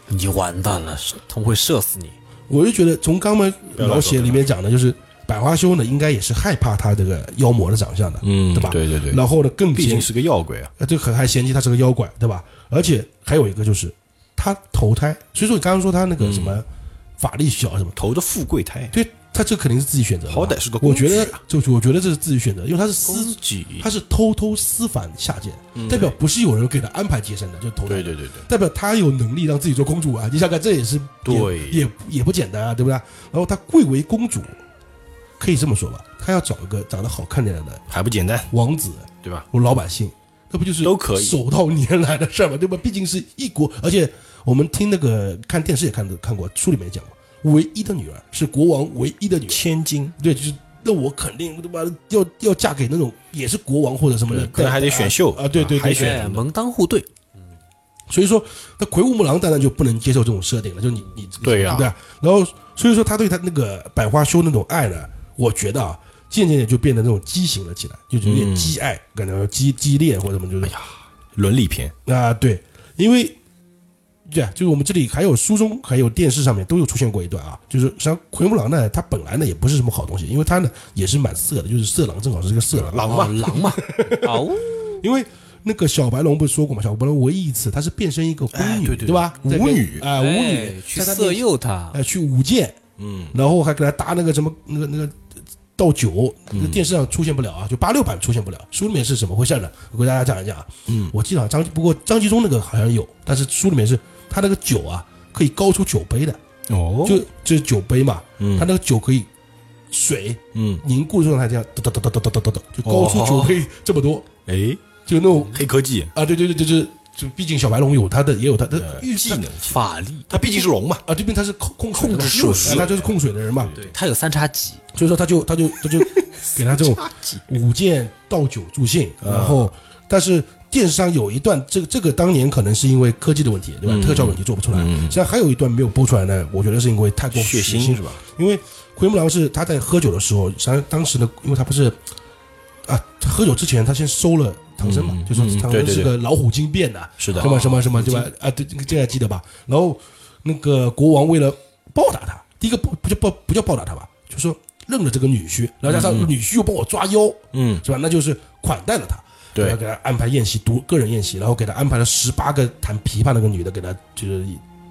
S2: 你完蛋了，他们会射死你。
S3: 我就觉得从刚刚老写里面讲的，就是百花羞呢，应该也是害怕他这个妖魔的长相的，
S1: 嗯
S3: 对吧？
S1: 对对对
S3: 然后呢，更
S1: 毕竟
S3: 嫌
S1: 是个妖鬼啊，
S3: 呃，就很还嫌弃他是个妖怪，对吧？而且还有一个就是他投胎，所以说你刚刚说他那个什么法力小什么，
S1: 投的富贵胎，啊
S3: 对他这肯定是自己选择的嘛。
S1: 好歹是个
S3: 我
S1: 工具
S3: 觉
S1: 啊
S3: 得就是我觉得这是自己选择，因为他是
S1: 自
S3: 私，
S1: 己
S3: 他，是偷偷私反下界，
S1: 嗯
S3: 代表不是有人给他安排接生的，就是投胎
S1: 对。对对对，
S3: 代表她有能力让自己做公主啊！你想想，这也是
S1: 对
S3: 也也也不简单啊，对不对？然后她贵为公主，可以这么说吧，她要找一个长得好看点的
S1: 还不简单，
S3: 王子
S1: 对吧？
S3: 或老百姓，那不就是
S1: 都可以
S3: 手到年来的事儿嘛，对吧？毕竟是一国，而且我们听那个看电视也看看过，书里面也讲过，唯一的女儿是国王唯一的女儿，
S1: 千金，
S3: 对，就是。那我肯定他妈要要嫁给那种也是国王或者什么的
S1: 对，可能还得选秀
S3: 啊！对对对，
S1: 海选
S3: 对
S2: 哎，门当户对，
S3: 所以说，那奎木狼当然就不能接受这种设定了，就你你
S1: 对呀
S3: 对吧然后所以说他对他那个百花羞那种爱呢，我觉得啊，渐渐的就变得那种畸形了起来，就有点畸爱，感觉畸畸恋或者什么，
S1: 哎
S3: 就是
S1: 伦理片，
S3: 啊、对，因为对啊，就是我们这里还有书中还有电视上面都有出现过一段啊，就是实际上奎木狼呢，他本来呢也不是什么好东西，因为他呢也是蛮色的，就是色狼，正好是个色狼，
S1: 狼
S2: 哦
S1: 嘛，
S2: 狼 嘛，哦，
S3: 因为那个小白龙不是说过嘛，小白龙唯一一次他是变身一个巫
S1: 哎
S3: 女，
S1: 对对
S3: 吧？
S1: 舞
S3: 在跟
S1: 女
S3: 啊，舞
S2: 哎
S3: 女
S2: 去哎
S3: 在他
S2: 色
S3: 面前，
S2: 诱他，
S3: 呃，去舞剑，
S1: 嗯，
S3: 然后还给他搭那个什么那个那个倒酒，那
S1: 嗯
S3: 个电视上出现不了啊，就八六版出现不了，书里面是怎么回事呢？我给大家讲一讲啊，嗯，我记得好像张不过张纪中那个好像有，但是书里面是他那个酒啊可以高出酒杯的，
S1: 哦
S3: 就就是酒杯嘛，
S1: 嗯
S3: 他那个酒可以水
S1: 嗯，
S3: 凝固状态这样，哒哒哒哒哒哒哒哒，就高
S1: 哦
S3: 出酒杯这么多，
S1: 哎，
S3: 就那种。
S1: 黑科技，
S3: 啊，对对对对对，就毕竟小白龙有他的，也有他的
S1: 呃
S3: 预
S1: 技
S3: 计
S1: 能，
S2: 法力，
S1: 他毕竟是龙嘛，
S3: 啊，这边他是控控水
S2: 控
S3: 的嘛
S2: 制水
S3: 啊他就是控水的人嘛，
S2: 对他有三叉戟，
S3: 所以说他就他就他就给他这种舞剑倒酒助兴，然后但是电视上有一段，这个这个当年可能是因为科技的问题，对吧？特效问题做不出来，实际上还有一段没有播出来呢，我觉得是因为太过
S1: 血腥哦是吧？
S3: 因为奎木狼是他在喝酒的时候，实际上当时呢，因为他不是啊，他喝酒之前他先收了唐僧嘛，
S1: 嗯
S3: 就说
S1: 嗯
S3: 唐
S1: 对
S3: 僧
S1: 对
S3: 是
S1: 对
S3: 个老虎精变的，
S1: 是的嗯
S3: 什么什么什么对吧？啊，对，这个还记得吧？然后那个国王为了报答他，第一个不不叫报不叫报答他吧，就就说认了这个女婿，然后加上女婿又帮我抓妖，
S1: 嗯，
S3: 是吧？那就是款待了他，
S1: 对
S3: 然后给他安排宴席，独个人宴席，然后给他安排了十八个弹琵琶那个女的给他就是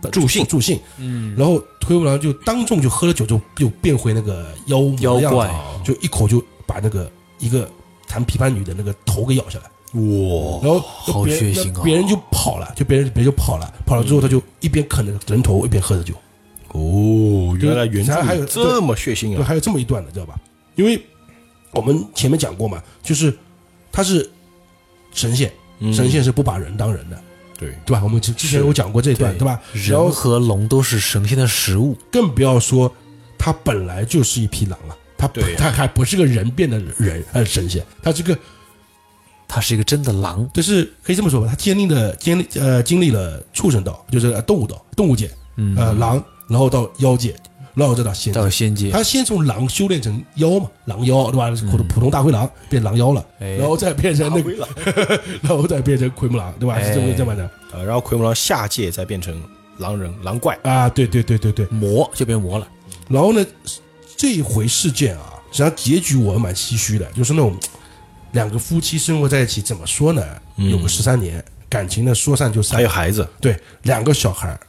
S3: 呃
S1: 助兴
S3: 助兴，嗯，然后灰姑娘就当众就喝了酒就就变回那个妖魔的样
S2: 妖
S3: 子
S2: 怪
S3: 就一口就把那个一个弹琵琶女的那个头给咬下来。
S1: 哇，
S3: 然后
S2: 好
S3: 别人
S2: 血腥啊
S3: 别人就跑了，就别人别人就跑了，跑了之后他就一边啃着人头一边喝着酒，
S1: 哦，原来原著
S3: 就是还有
S1: 里这么血腥
S3: 对，
S1: 啊！
S3: 还有这么一段的，知道吧？因为我们前面讲过嘛，就是他是神仙，
S1: 嗯
S3: 神仙是不把人当人的，
S1: 对，
S3: 对吧？我们之之前
S1: 是
S3: 有讲过这一段，
S1: 对
S3: 对吧？然
S2: 人
S3: 后
S2: 和龙都是神仙的食物，
S3: 更不要说他本来就是一匹狼了，他不
S1: 对呀
S3: 他还不是个人变的人，他是神仙，他这个
S2: 它是一个真的狼，
S3: 就是可以这么说吧，他经历了经历呃经历了畜生道，就是呃动物道、动物界，
S2: 嗯
S3: 呃狼，然后到妖界，然后再到仙界
S2: 到。仙界，
S3: 他先从狼修炼成妖嘛，狼妖对吧？普通普通大灰狼变狼妖了，
S2: 嗯哎
S3: 然后再变成那个， 然后再变成奎木狼对吧？
S2: 哎
S3: 是这么这么的
S1: 啊，然后奎木狼下界再变成狼人、狼怪，
S3: 啊？对对对对对。
S2: 魔就变魔了，
S3: 然后呢，这一回事件啊，实际上结局我蛮唏嘘的，就是那种两个夫妻生活在一起，怎么说呢？
S1: 嗯
S3: 有个十三年，感情呢说散就散
S1: 还有，孩子，
S3: 对，两个小孩儿，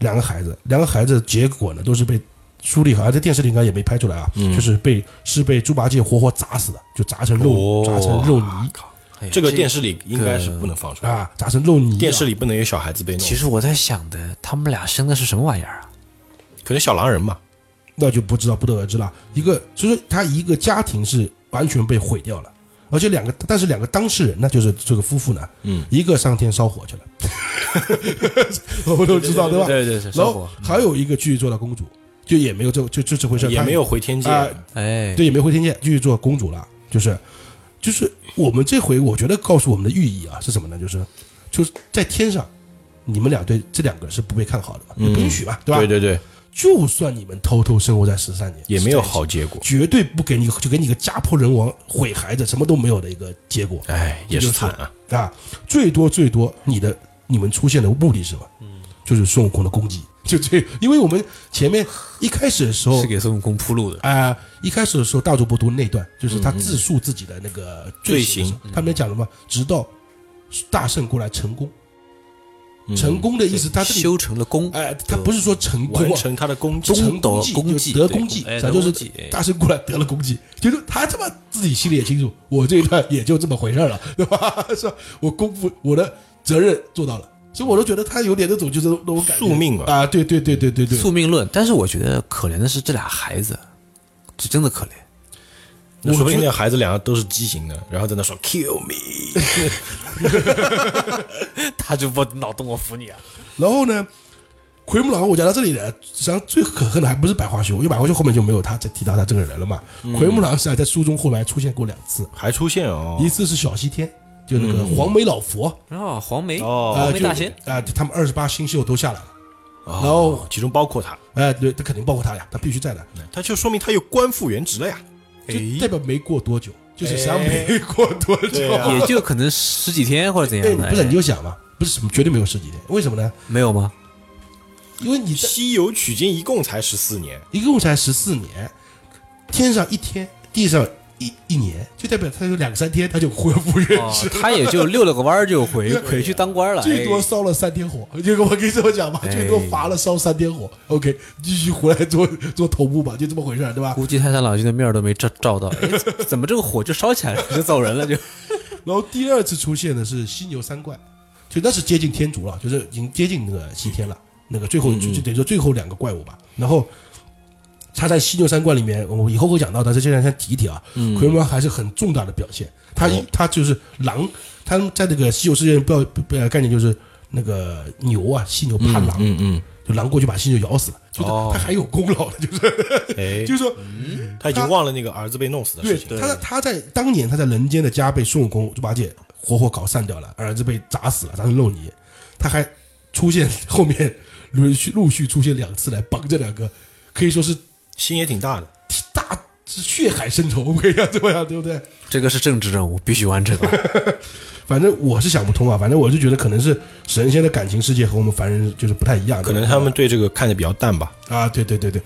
S3: 两个孩子，两个孩子结果呢都是被书里好像在电视里应该也没拍出来啊，
S1: 嗯
S3: 就是被是被猪八戒活活砸死的，就砸成肉、
S1: 哦
S3: 砸成肉泥
S2: 哎呀
S1: 这个哎电视里应该是不能放出来的，
S3: 啊，砸成肉泥、
S1: 电视
S3: 里
S1: 里不能有小孩子被弄
S2: 其，实我在想的，他们俩生的是什么玩意儿啊？
S1: 可能小狼人嘛，
S3: 那就不知道不得而知了。一个所以说他一个家庭是完全被毁掉了。而且两个，但是两个当事人呢，就是这个夫妇呢，
S1: 嗯，
S3: 一个上天烧火去了，我们都知道对吧？
S2: 对对对，
S3: 然
S2: 生
S3: 后
S2: 活，
S3: 还有一个继续做到公主，就也没有这就就这回事，
S1: 也
S3: 她
S1: 没有回天界，
S3: 啊
S2: 哎，
S3: 对，也没回天界，继续做公主了。就是，就是我们这回我觉得告诉我们的寓意啊是什么呢？就是，就是在天上，你们俩对这两个是不被看好的嘛，
S1: 嗯
S3: 不允许嘛，对吧？
S1: 对对对，
S3: 就算你们偷偷生活在十三年，
S1: 也没有好结果，
S3: 绝对不给你就给你个家破人亡、毁孩子什么都没有的一个结果
S1: 哎，也是惨 啊，
S3: 啊！最多最多，你的你们出现的目的是什么？嗯，就是孙悟空的功绩。 就这，因为我们前面一开始的时候
S2: 是给孙悟空铺路的，
S3: 啊、一开始的时候，大主播读那段，就是他自述自己的那个罪行的时候，他们讲了嘛，直到大圣过来成功，
S1: 嗯
S3: 成功的意思，他这里
S2: 修成了功，
S3: 哎、他不是说成功
S1: 完
S3: 啊，
S1: 成他的功
S2: 功
S1: 绩，
S3: 成功
S2: 德功
S3: 绩
S2: 绩
S3: 就得
S2: 对
S3: 功绩，
S2: 哎
S3: 咱
S2: 得
S3: 就是
S2: 功绩哎
S3: 大圣过来得了功绩，就是他他妈自己心里也清楚，我这一段也就这么回事儿了，对吧？ 是吧？我功夫我的责任做到了，所以我都觉得他有点那种就是那种感觉
S1: 宿命啊
S3: 啊，对对对对对对，
S2: 宿命论。但是我觉得可怜的是这俩孩子，这真的可怜。
S1: 那说不定
S3: 我觉
S1: 那孩子两个都是畸形的，然后在那说 “kill me”，
S2: 他就不脑洞，我服你啊！
S3: 然后呢，奎木狼，我讲到这里呢，实际上最可恨的还不是百花羞，因为百花羞后面就没有他再提到他这个人了嘛。
S2: 嗯
S3: 奎木狼实际上在书中后来出现过两次，
S1: 还出现哦
S3: 一，次是小西天，就那个黄眉老佛
S2: 嗯哦，黄梅，
S1: 哦
S3: 啊，
S2: 黄梅
S3: 就
S2: 大
S3: 啊
S2: 仙，、
S3: 他们二十八星宿都下来了，
S1: 然
S3: 后
S1: 哦其中包括他，
S3: 哎、对，他肯定包括他呀，他必须在的，
S1: 他就说明他有官复原职了呀，
S3: 就
S2: 哎
S3: 代表没过多久，就是实际 上没过多久
S1: 对，啊
S2: 也就可能十几天或者怎
S3: 哎，
S2: 样
S3: 你
S2: 的，
S3: 不是
S2: 哎
S3: 你就想嘛，不是什么绝对没有十几天，为什么呢？
S2: 没有吗？
S3: 因为你在
S1: 西游取经一共才十四年，
S3: 一共才十四年，天上一天，地上一一年，就代表他有两三天他就恢复原
S2: 哦
S3: 职，，
S2: 他也就溜了个弯儿就回回去当官了，
S3: 最多
S2: 哎
S3: 烧了三天火。就我跟你这么讲吧，
S2: 哎
S3: 最多罚了烧三天火。OK，继续回来做做头目吧，就这么回事儿，对吧？
S2: 估计太上老君的面儿都没照照到，哎怎么这个火就烧起来了，就走人了就？
S3: 然后第二次出现的是犀牛三怪，就那是接近天竺了，就是已经接近那个西天了，那个最后
S1: 嗯
S3: 就就等于说最后两个怪物吧。然后他在犀牛三怪里面，我以后会讲到，但是现在先提一提啊，
S1: 嗯
S3: 奎木狼还是很重大的表现。他
S1: 哦
S3: 一、他就是狼，他们在那个西游世界不要不要概念就是那个牛啊，犀牛怕狼，
S1: 嗯，
S3: 就狼过去把犀牛咬死了，就是
S1: 哦
S3: 他还有功劳的，就是
S1: 哎
S3: 就，是说
S1: 他已经忘了那个儿子被弄死的
S3: 对
S1: 事，情，
S3: 他在他在当年他在人间的家被孙悟空、猪八戒活活搞散掉了，儿子被砸死了，砸成肉泥。他还出现后面 陆续陆续出现两次来帮这两个，可以说是
S1: 心也挺大的。
S3: 大血海深仇，可以这样这么样，对不对？
S2: 这个是政治任务，必须完 成。
S3: 反正我是想不通啊，反正我是觉得可能是神仙的感情世界和我们凡人就是不太一样的，
S1: 可能他们对这个看得比较淡吧。
S3: 啊，对对对对，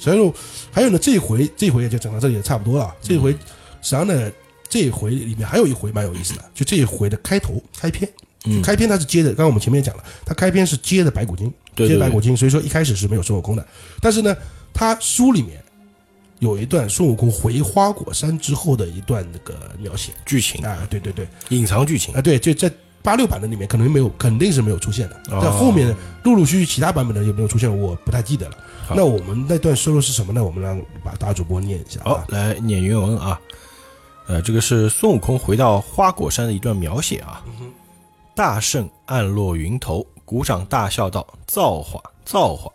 S3: 所以说，还有呢，这回这回也就讲到这里也差不多了。这
S1: 嗯
S3: 回实际上呢，这回里面还有一回蛮有意思的，就这一回的开头开篇，
S1: 嗯
S3: 开篇它是接着，刚刚我们前面也讲了，它开篇是接着白骨精，
S1: 对
S3: 接
S1: 对
S3: 着白骨
S1: 对，
S3: 精，所以说一开始是没有孙悟空的。但是呢，他书里面有一段孙悟空回花果山之后的一段那个描写
S1: 剧情
S3: 啊，对对对，
S1: 隐藏剧情
S3: 啊，对，就在八六版的里面可能没有，肯定是没有出现的。
S1: 哦
S3: 但后面陆陆续续其他版本的有没有出现，我不太记得了。
S1: 好
S3: 那我们那段收入是什么呢？我们让把大主播念一下
S1: 好
S3: 啊，。
S1: 来念原文啊。呃，这个是孙悟空回到花果山的一段描写啊。大圣暗落云头，鼓掌大笑道：“造化，造化！”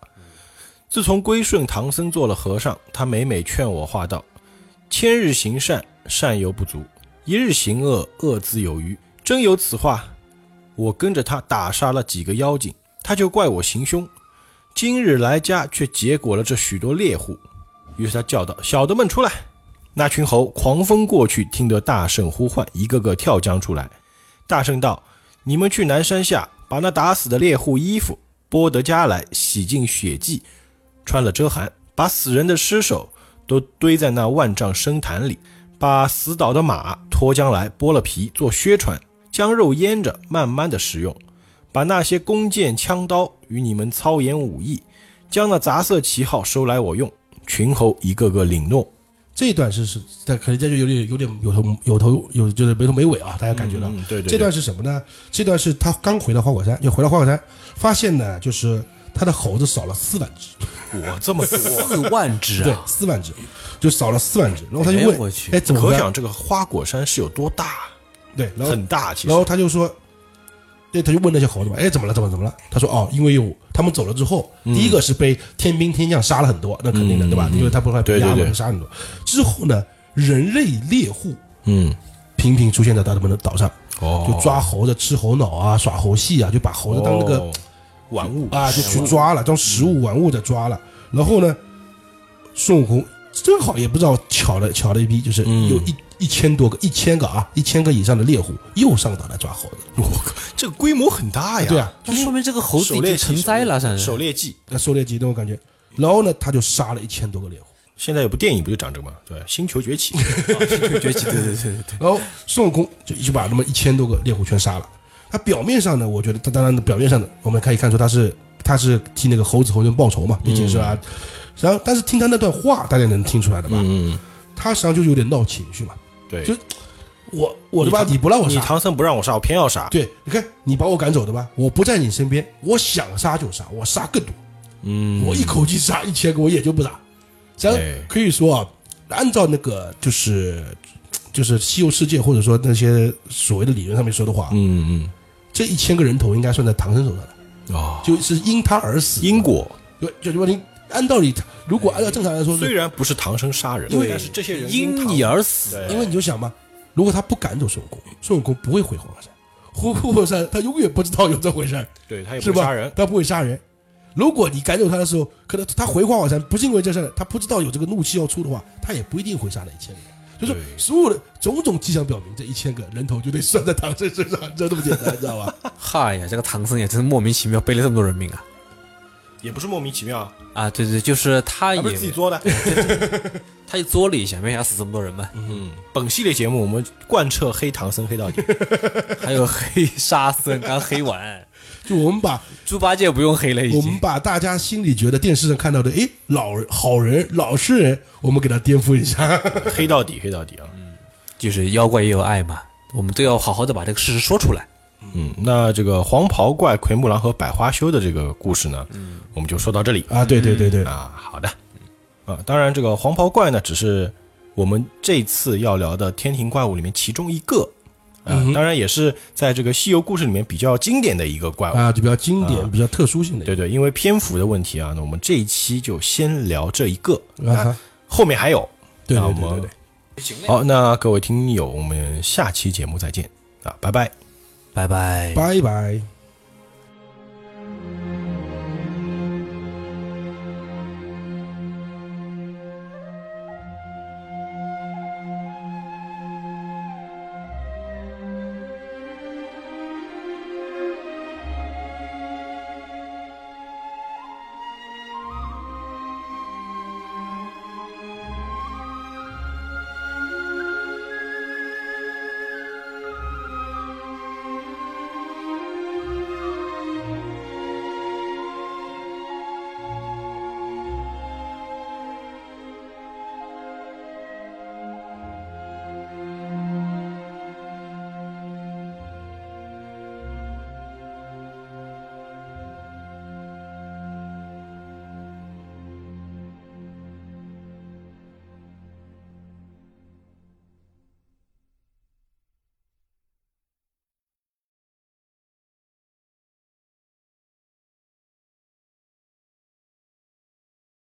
S1: 自从归顺唐僧做了和尚，他每每劝我话道：“千日行善，善犹不足；一日行恶，恶自有余。”真有此话，我跟着他打杀了几个妖精，他就怪我行凶。今日来家，却结果了这许多猎户，于是他叫道：“小的们出来！”那群猴狂风过去，听得大圣呼唤，一个个跳江出来。大圣道：“你们去南山下，把那打死的猎户衣服剥得家来，洗净血迹，穿了遮寒，把死人的尸首都堆在那万丈深潭里，把死倒的马拖将来，剥了皮做靴穿，将肉腌着，慢慢的食用。把那些弓箭、枪刀与你们操演武艺，将那杂色旗号收来我用。”群猴一个个领诺，
S3: 这一段是是，但可能这就有点有点有头有头有就是没头没尾啊，大家感觉到。
S1: 嗯，对对，
S3: 这段是什么呢？这段是他刚回到花果山，又回到花果山，发现呢就是他的猴子少了四万只，
S1: 我这么 说，
S2: 四万只
S3: 对
S2: 啊，，
S3: 四万只，就少了四万只。然后他就
S2: 哎
S3: 问
S2: 我去，
S3: 哎，怎么
S1: 可
S3: 办
S1: 想这个花果山是有多大，
S3: 对，然后
S1: 很大，其实
S3: 然后他就说，对，他就问那些猴子嘛，哎，怎么了？怎么了怎么了？他说，哦，因为有他们走了之后，第一个是被天兵天将杀了很多，那肯定的，
S1: 嗯
S3: 对吧？
S1: 嗯
S3: 因为他不是还被
S1: 对对
S3: 压
S1: 对
S3: 嘛，杀很多。之后呢，人类猎户
S1: 嗯，
S3: 频频出现在他们的岛上，
S1: 哦
S3: 就抓猴子、吃猴脑啊、耍猴戏啊，就把猴子当那个
S1: 哦玩物哎嗯
S3: 啊，就去抓了，当食物玩物的抓了。然后呢，孙悟空正好也不知道巧了巧了一批，就是
S1: 嗯
S3: 有一一千多个、一千个啊、一千个以上的猎户又上岛来抓猴子。
S1: 这个规模很大呀，
S3: 对啊，
S2: 那说明这个猴子
S1: 狩
S2: 已
S1: 猎
S2: 经
S1: 记
S2: 成灾了，算
S1: 狩
S2: 是。
S1: 猎记。
S3: 那狩猎集那种感觉。然后呢，他就杀了一千多个猎户。
S1: 现在有部电影不就讲这个吗？对，《星球崛起》
S2: 崛 起，对对对对 对。
S3: 然后孙悟空就就把那么一千多个猎户全杀了。他表面上呢，我觉得他当然表面上的我们可以看出他是他是替那个猴子猴人报仇嘛，毕竟是啊。然后，但是听他那段话，大家能听出来的吧？
S1: 嗯，
S3: 他实际上就有点闹情绪嘛。
S1: 对，
S3: 就我我对吧？
S1: 唐
S3: 你不让我
S1: 你
S3: 杀，
S1: 唐僧不让我杀，我偏要杀。
S3: 对，你看你把我赶走的吧？我不在你身边，我想杀就杀，我杀更多。
S1: 嗯，
S3: 我一口气杀一千个，我也就不打。咱
S1: 哎
S3: 可以说啊，按照那个就是就是西游世界或者说那些所谓的理论上面说的话，
S1: 嗯
S3: 这一千个人头应该算在唐僧手上的，
S1: 嗯啊，
S3: 就是因他而死。
S1: 因果
S3: 对，就是说你按道理，如果按照正常来说，
S1: 虽然不是唐僧杀人，
S3: 对
S1: 但是这些人
S2: 因
S1: 唐
S2: 你而死，
S1: 对
S3: 因为你就想嘛，如果他不赶走孙悟空，孙悟空不会回花果山，回花果山他永远不知道有这回事儿。
S1: 对他也
S3: 是
S1: 不
S3: 吧？
S1: 杀人，
S3: 他不会杀人。如果你赶走他的时候，可能他回花果山不是因为这事儿，他不知道有这个怒气要出的话，他也不一定会杀那一千个人。就是
S1: 对
S3: 所有的种种迹象表明，这一千个人头就得算在唐僧身上，就这么简单，你 知道吧？
S2: 嗨呀，这个唐僧也真莫名其妙背了这么多人命啊！
S1: 也不是莫名其妙啊，
S2: 啊，对对，就是他
S1: 啊还不是自己
S2: 也
S1: 作的。
S2: 他也作了一下，没想到死这么多人嘛。
S1: 嗯，本系列节目我们贯彻黑唐僧黑到底。
S2: 还有黑沙僧刚黑完，
S3: 就我们把
S2: 猪八戒不用黑了，已
S3: 我们
S2: 经。
S3: 把大家心里觉得电视上看到的，诶，老人、好人、老实人，我们给他颠覆一下。
S1: 黑到底，黑到底啊！
S2: 就是妖怪也有爱嘛，我们都要好好的把这个事实说出来。
S1: 嗯，那这个黄袍怪、奎木狼和百花羞的这个故事呢，我们就说到这里
S3: 啊，对对对对，
S1: 啊。好的，啊，当然这个黄袍怪呢，只是我们这次要聊的天庭怪物里面其中一个，啊，
S3: 嗯
S1: 当然也是在这个西游故事里面比较经典的一个怪物。
S3: 啊，就比较经典、比较特殊性的
S1: 嗯
S3: 一
S1: 对对，因为篇幅的问题啊，那我们这一期就先聊这一个，
S3: 个，啊哈，
S1: 后面还有。
S3: 对
S1: 那
S3: 对
S1: 我
S3: 对对
S1: 们
S3: 对，
S1: 好，那各位听友，我们下期节目再见啊，拜拜。
S2: 拜拜。
S3: 拜拜。